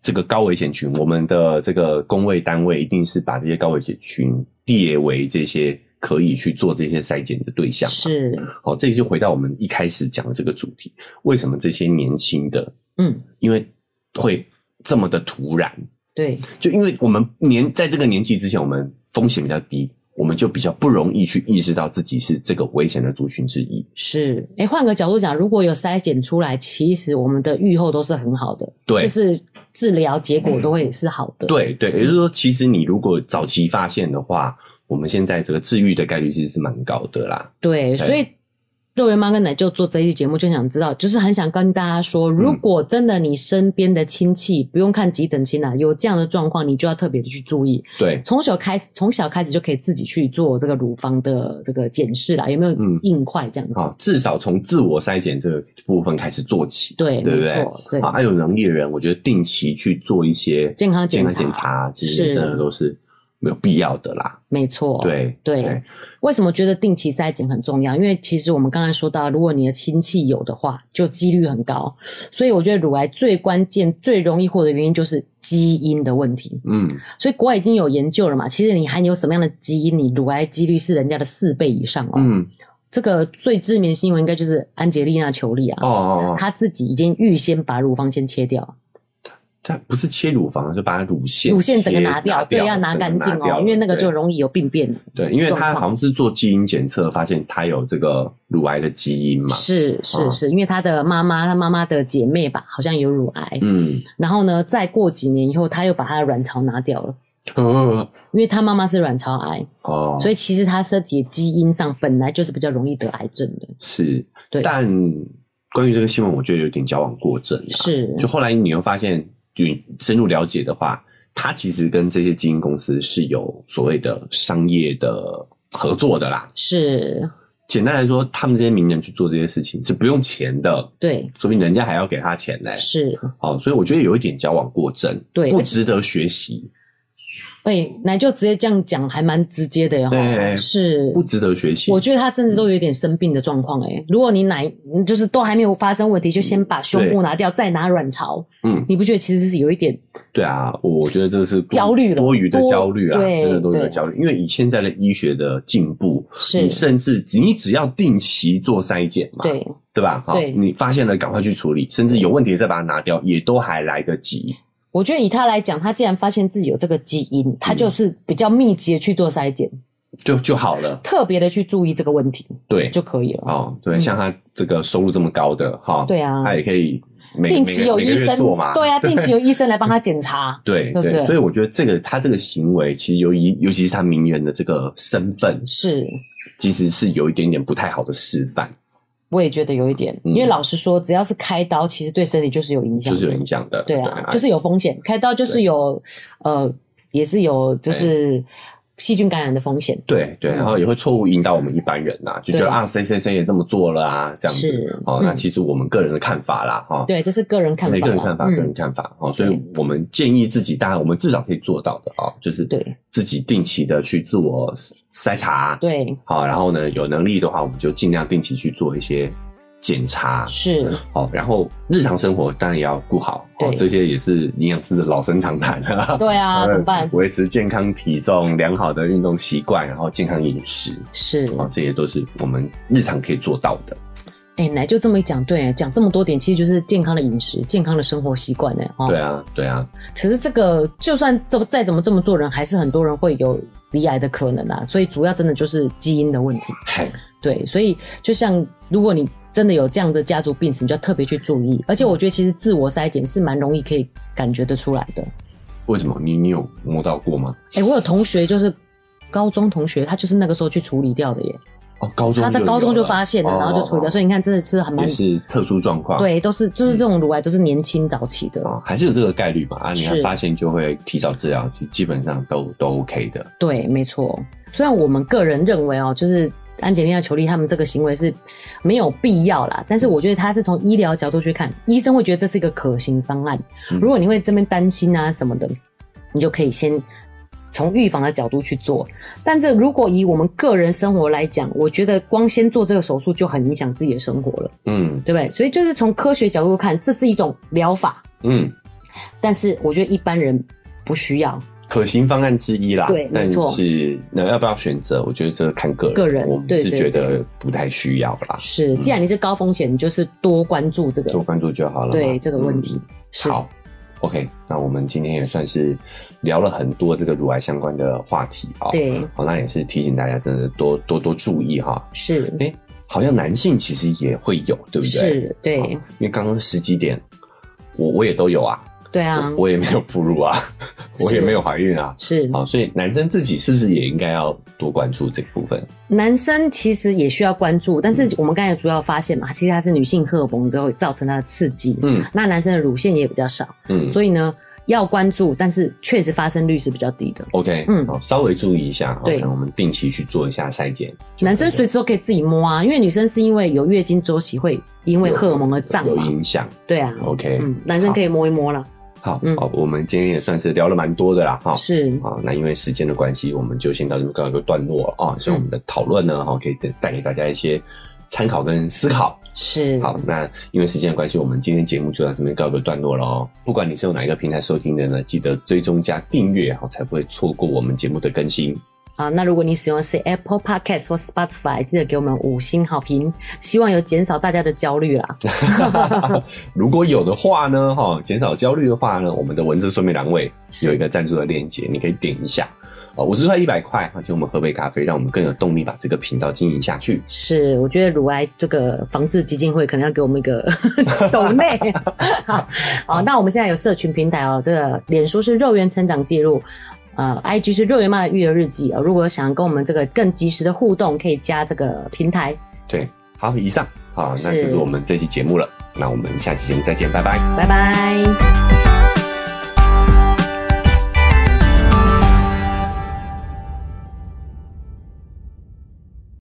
[SPEAKER 2] 这个高危险群，我们的这个工位单位一定是把这些高危险群列为这些可以去做这些筛检的对象。，
[SPEAKER 1] 是
[SPEAKER 2] 好，这就回到我们一开始讲的这个主题，为什么这些年轻的，
[SPEAKER 1] 嗯
[SPEAKER 2] 因为会这么的突然，
[SPEAKER 1] 对
[SPEAKER 2] 就因为我们年在这个年纪之前，我们风险比较低。我们就比较不容易去意识到自己是这个危险的族群之一，
[SPEAKER 1] 是。哎，换个角度讲，如果有筛检出来，其实我们的预后都是很好的，
[SPEAKER 2] 对嗯
[SPEAKER 1] 就是治疗结果都会是好的。嗯
[SPEAKER 2] 对对，也就是说，其实你如果早期发现的话，我们现在这个治愈的概率其实是蛮高的啦。
[SPEAKER 1] 对，
[SPEAKER 2] 对
[SPEAKER 1] 所以肉圆妈跟奶舅做这一期节目，就想知道，就是很想跟大家
[SPEAKER 2] 嗯
[SPEAKER 1] 说，如果真的你身边的亲戚、不用看几等亲啊，有这样的状况，你就要特别的去注意。
[SPEAKER 2] 对，
[SPEAKER 1] 从小开始，从小开始就可以自己去做这个乳房的这个检视啦，有没有
[SPEAKER 2] 嗯
[SPEAKER 1] 硬块这样子？
[SPEAKER 2] 啊，至少从自我筛检这个部分开始做起，
[SPEAKER 1] 对，
[SPEAKER 2] 对不
[SPEAKER 1] 没
[SPEAKER 2] 对？
[SPEAKER 1] 错，对，
[SPEAKER 2] 啊，还有能力的人，我觉得定期去做一些
[SPEAKER 1] 健康检
[SPEAKER 2] 健
[SPEAKER 1] 查
[SPEAKER 2] 康检查，其实
[SPEAKER 1] 是
[SPEAKER 2] 真的都是没有必要的啦。
[SPEAKER 1] 没错，。
[SPEAKER 2] 对
[SPEAKER 1] 对，为什么觉得定期筛检很重要？因为其实我们刚才说到，如果你的亲戚有的话，就几率很高。所以我觉得乳癌最关键、最容易获得的原因就是基因的问题。
[SPEAKER 2] 嗯，
[SPEAKER 1] 所以国外已经有研究了嘛，其实你含有什么样的基因，你乳癌几率是人家的四倍以上哦。
[SPEAKER 2] 嗯，
[SPEAKER 1] 这个最知名新闻应该就是安吉丽娜·裘丽啊，
[SPEAKER 2] 哦哦哦，
[SPEAKER 1] 她自己已经预先把乳房先切掉，
[SPEAKER 2] 它不是切乳房，就把乳腺
[SPEAKER 1] 乳腺整个
[SPEAKER 2] 切
[SPEAKER 1] 拿掉，对，要拿
[SPEAKER 2] 整
[SPEAKER 1] 干
[SPEAKER 2] 个
[SPEAKER 1] 净
[SPEAKER 2] 掉
[SPEAKER 1] 哦，因为那个
[SPEAKER 2] 对
[SPEAKER 1] 就容易有病变。
[SPEAKER 2] 对，因为
[SPEAKER 1] 状
[SPEAKER 2] 他
[SPEAKER 1] 况
[SPEAKER 2] 好像是做基因检测，发现他有这个乳癌的基因嘛。
[SPEAKER 1] 是
[SPEAKER 2] 啊
[SPEAKER 1] 是是，因为她的妈妈，她妈妈的姐妹吧，好像有乳癌，
[SPEAKER 2] 嗯，
[SPEAKER 1] 然后呢，再过几年以后，她又把她的卵巢拿掉了，
[SPEAKER 2] 哦
[SPEAKER 1] 因为她妈妈是卵巢癌，
[SPEAKER 2] 哦，
[SPEAKER 1] 嗯所
[SPEAKER 2] 以
[SPEAKER 1] 以其实她身体的基因上本来就是比较容易得癌症的，
[SPEAKER 2] 是，
[SPEAKER 1] 对
[SPEAKER 2] 但关于这个新闻，我觉得有点矫枉过正、啊。，
[SPEAKER 1] 是
[SPEAKER 2] 就后来你又发现，你深入了解的话，它其实跟这些基因公司是有所谓的商业的合作的啦。
[SPEAKER 1] 是，
[SPEAKER 2] 简单来说，他们这些名人去做这些事情是不用钱的，
[SPEAKER 1] 对，
[SPEAKER 2] 说不定人家还要给他钱嘞。
[SPEAKER 1] 是。
[SPEAKER 2] 哦，所以我觉得有一点矫枉过正，
[SPEAKER 1] 对
[SPEAKER 2] 不
[SPEAKER 1] 而且
[SPEAKER 2] 值得学习，
[SPEAKER 1] 哎、奶就直接这样讲，还蛮直接的
[SPEAKER 2] 对哎
[SPEAKER 1] 哈。是，
[SPEAKER 2] 不值得学习。
[SPEAKER 1] 我觉得他甚至都有点生病的状况哎。如果你奶就是都还没有发生问题，就先把胸部拿掉，再拿卵巢，
[SPEAKER 2] 嗯，
[SPEAKER 1] 你不觉得其实是有一点
[SPEAKER 2] 对啊，我觉得这是
[SPEAKER 1] 焦虑了
[SPEAKER 2] 多余的
[SPEAKER 1] 多
[SPEAKER 2] 焦虑啊，
[SPEAKER 1] 对
[SPEAKER 2] 真的多余的
[SPEAKER 1] 对
[SPEAKER 2] 焦虑。因为以现在的医学的进步，
[SPEAKER 1] 是
[SPEAKER 2] 你？甚至你只要定期做筛检嘛，
[SPEAKER 1] 对，
[SPEAKER 2] 对吧？好，
[SPEAKER 1] 对
[SPEAKER 2] 你发现了赶快去处理，甚至有问题再把它拿掉，也都还来得及。
[SPEAKER 1] 我觉得以他来讲，他既然发现自己有这个基因，他就是比较密集的去做筛检，
[SPEAKER 2] 就就好了，
[SPEAKER 1] 特别的去注意这个问题
[SPEAKER 2] 对，
[SPEAKER 1] 就可以了。
[SPEAKER 2] 哦，对，
[SPEAKER 1] 嗯
[SPEAKER 2] 像他这个收入这么高的哈，
[SPEAKER 1] 对啊
[SPEAKER 2] 他也可以每
[SPEAKER 1] 定期
[SPEAKER 2] 每
[SPEAKER 1] 有
[SPEAKER 2] 个每个
[SPEAKER 1] 医
[SPEAKER 2] 月
[SPEAKER 1] 生
[SPEAKER 2] 做嘛，
[SPEAKER 1] 对 啊，定期有医生来帮他检查。
[SPEAKER 2] 对
[SPEAKER 1] 对不
[SPEAKER 2] 对，
[SPEAKER 1] 对
[SPEAKER 2] 所以我觉得这个他这个行为，其实由于尤其是他名人的这个身份，
[SPEAKER 1] 是，
[SPEAKER 2] 其实是有一点点不太好的示范，
[SPEAKER 1] 我也觉得有一点，
[SPEAKER 2] 嗯
[SPEAKER 1] 因为老实说，只要是开刀，其实对身体就是有影响
[SPEAKER 2] 就
[SPEAKER 1] 的，
[SPEAKER 2] 是有影响的。
[SPEAKER 1] 对啊，就是有风险，开刀就是有，呃，也是有就是细菌感染的风险，
[SPEAKER 2] 哎对对，
[SPEAKER 1] 嗯
[SPEAKER 2] 然后也会错误引导我们一般人呐、就觉得
[SPEAKER 1] 对
[SPEAKER 2] 啊，谁谁谁也这么做了啊，这样
[SPEAKER 1] 是
[SPEAKER 2] 子。哦，那
[SPEAKER 1] 嗯
[SPEAKER 2] 其实我们个人的看法啦，哈、
[SPEAKER 1] 对，这是个人看法啦，
[SPEAKER 2] 每个人看法，个人
[SPEAKER 1] 嗯，
[SPEAKER 2] 看法哦，所以我们建议自己，当然我们至少可以做到的哦，就是
[SPEAKER 1] 对
[SPEAKER 2] 自己定期的去自我筛查，，
[SPEAKER 1] 对，
[SPEAKER 2] 好、然后呢，有能力的话，我们就尽量定期去做一些检查，
[SPEAKER 1] 是，
[SPEAKER 2] 好、然后日常生活当然也要顾好，哦
[SPEAKER 1] 对，
[SPEAKER 2] 这些也是营养师的老生常谈啊，
[SPEAKER 1] 对啊，怎么办？
[SPEAKER 2] 维持健康体重、良好的运动习惯，然后健康饮食，
[SPEAKER 1] 是，
[SPEAKER 2] 啊、这些都是我们日常可以做到的。
[SPEAKER 1] 哎，奶就这么一讲，对，讲这么多点，其实就是健康的饮食、健康的生活习惯呢。哦，
[SPEAKER 2] 对啊，对啊，
[SPEAKER 1] 可是这个就算这再怎么这么做人，还是很多人会有离癌的可能啊。所以主要真的就是基因的问题。
[SPEAKER 2] 嘿，
[SPEAKER 1] 对，所以就像如果你真的有这样的家族病史，你就要特别去注意。而且我觉得其实自我筛检是蛮容易可以感觉得出来的。
[SPEAKER 2] 为什么你你有摸到过吗？
[SPEAKER 1] 哎、我有同学就是高中同学，他就是那个时候去处理掉的耶。
[SPEAKER 2] 哦，高中
[SPEAKER 1] 他在
[SPEAKER 2] 有
[SPEAKER 1] 高中就
[SPEAKER 2] 了哦
[SPEAKER 1] 发现了，然后就处理掉。所以你看，真的是很
[SPEAKER 2] 也
[SPEAKER 1] 蛮
[SPEAKER 2] 是嗯特殊状况，
[SPEAKER 1] 对，都是就是这种乳癌都是年轻早期的。
[SPEAKER 2] 啊、还是有这个概率嘛啊，你要
[SPEAKER 1] 是
[SPEAKER 2] 发现就会提早治疗，其实基本上都都 OK 的。
[SPEAKER 1] 对，没错。虽然我们个人认为哦，就是安吉丽娜·裘丽他们这个行为是没有必要啦，但是我觉得他是从医疗角度去看，医生会觉得这是一个可行方案。
[SPEAKER 2] 嗯
[SPEAKER 1] 如果你会这边担心啊什么的，你就可以先。从预防的角度去做，但这如果以我们个人生活来讲，我觉得光先做这个手术就很影响自己的生活了，
[SPEAKER 2] 嗯
[SPEAKER 1] 对不对？所以就是从科学角度看，这是一种疗法，
[SPEAKER 2] 嗯，
[SPEAKER 1] 但是我觉得一般人不需要。
[SPEAKER 2] 可行方案之一啦。
[SPEAKER 1] 对没
[SPEAKER 2] 但
[SPEAKER 1] 错
[SPEAKER 2] 是那要不要选择？我觉得这个看个人，
[SPEAKER 1] 个人
[SPEAKER 2] 我们
[SPEAKER 1] 对
[SPEAKER 2] 是
[SPEAKER 1] 对
[SPEAKER 2] 觉得不太需要啦，
[SPEAKER 1] 是，既然你是高风险，你就是多关注这个
[SPEAKER 2] 多关注就好了嘛。
[SPEAKER 1] 对这个问
[SPEAKER 2] 嗯
[SPEAKER 1] 题。是
[SPEAKER 2] 好，OK，那我们今天也算是聊了很多这个乳癌相关的话题啊、哦。，
[SPEAKER 1] 对，
[SPEAKER 2] 好、那也是提醒大家，真的多多多注意哈、
[SPEAKER 1] 是
[SPEAKER 2] 哎，好像男性其实也会有，对不
[SPEAKER 1] 嗯
[SPEAKER 2] 对？
[SPEAKER 1] 是，对
[SPEAKER 2] 好因为刚刚十几点，我我也都有啊。
[SPEAKER 1] 对啊，
[SPEAKER 2] 我也没有 哺乳啊，我也没有怀孕啊。
[SPEAKER 1] 是
[SPEAKER 2] 好，所以男生自己是不是也应该要多关注这个部分？
[SPEAKER 1] 男生其实也需要关注，但是我们刚才主要发现嘛，其实它是女性荷尔蒙都会造成它的刺激，
[SPEAKER 2] 嗯
[SPEAKER 1] 那男生的乳腺也比较少，
[SPEAKER 2] 嗯
[SPEAKER 1] 所以呢要关注，但是确实发生率是比较低的。
[SPEAKER 2] ，OK，
[SPEAKER 1] 嗯
[SPEAKER 2] 好，稍微注意一下，好
[SPEAKER 1] 对
[SPEAKER 2] 可能我们定期去做一下筛检。
[SPEAKER 1] 男生随时都可以自己摸啊，因为女生是因为有月经周期会因为荷尔蒙而胀
[SPEAKER 2] 有
[SPEAKER 1] 嘛，
[SPEAKER 2] 影响
[SPEAKER 1] 对啊，
[SPEAKER 2] ，OK，
[SPEAKER 1] 嗯，男生可以摸一摸啦，
[SPEAKER 2] 好
[SPEAKER 1] 嗯
[SPEAKER 2] 好，我们今天也算是聊了蛮多的啦，哈。
[SPEAKER 1] 是
[SPEAKER 2] 啊，那因为时间的关系，我们就先到这么告一个段落了啊。
[SPEAKER 1] 嗯
[SPEAKER 2] 希望我们的讨论呢，哈、可以带给大家一些参考跟思考。
[SPEAKER 1] 是，
[SPEAKER 2] 好，那因为时间的关系，我们今天节目就到这边告一个段落了哦。不管你是用哪一个平台收听的呢，记得追踪加订阅哈，才不会错过我们节目的更新。
[SPEAKER 1] 啊，那如果你使用的是 Apple Podcast 或 Spotify，记得给我们五星好评，希望有减少大家的焦虑啊啦。
[SPEAKER 2] 如果有的话呢，哈，减少焦虑的话呢，我们的文字说明栏位
[SPEAKER 1] 是
[SPEAKER 2] 有一个赞助的链接，你可以点一下。哦，五十块、一百块，哈，请我们喝杯咖啡，让我们更有动力把这个频道经营下去。
[SPEAKER 1] 是，我觉得乳癌这个防治基金会可能要给我们一个 抖内。 好，好，那我们现在有社群平台哦，这个脸书是肉圆成长记录。呃，IG 是肉圆妈的育儿日记哦。如果想跟我们这个更及时的互动，可以加这个平台。
[SPEAKER 2] 对，好，以上，好，那
[SPEAKER 1] 是
[SPEAKER 2] 就是我们这期节目了。那我们下期节目再见，拜拜。
[SPEAKER 1] 拜拜。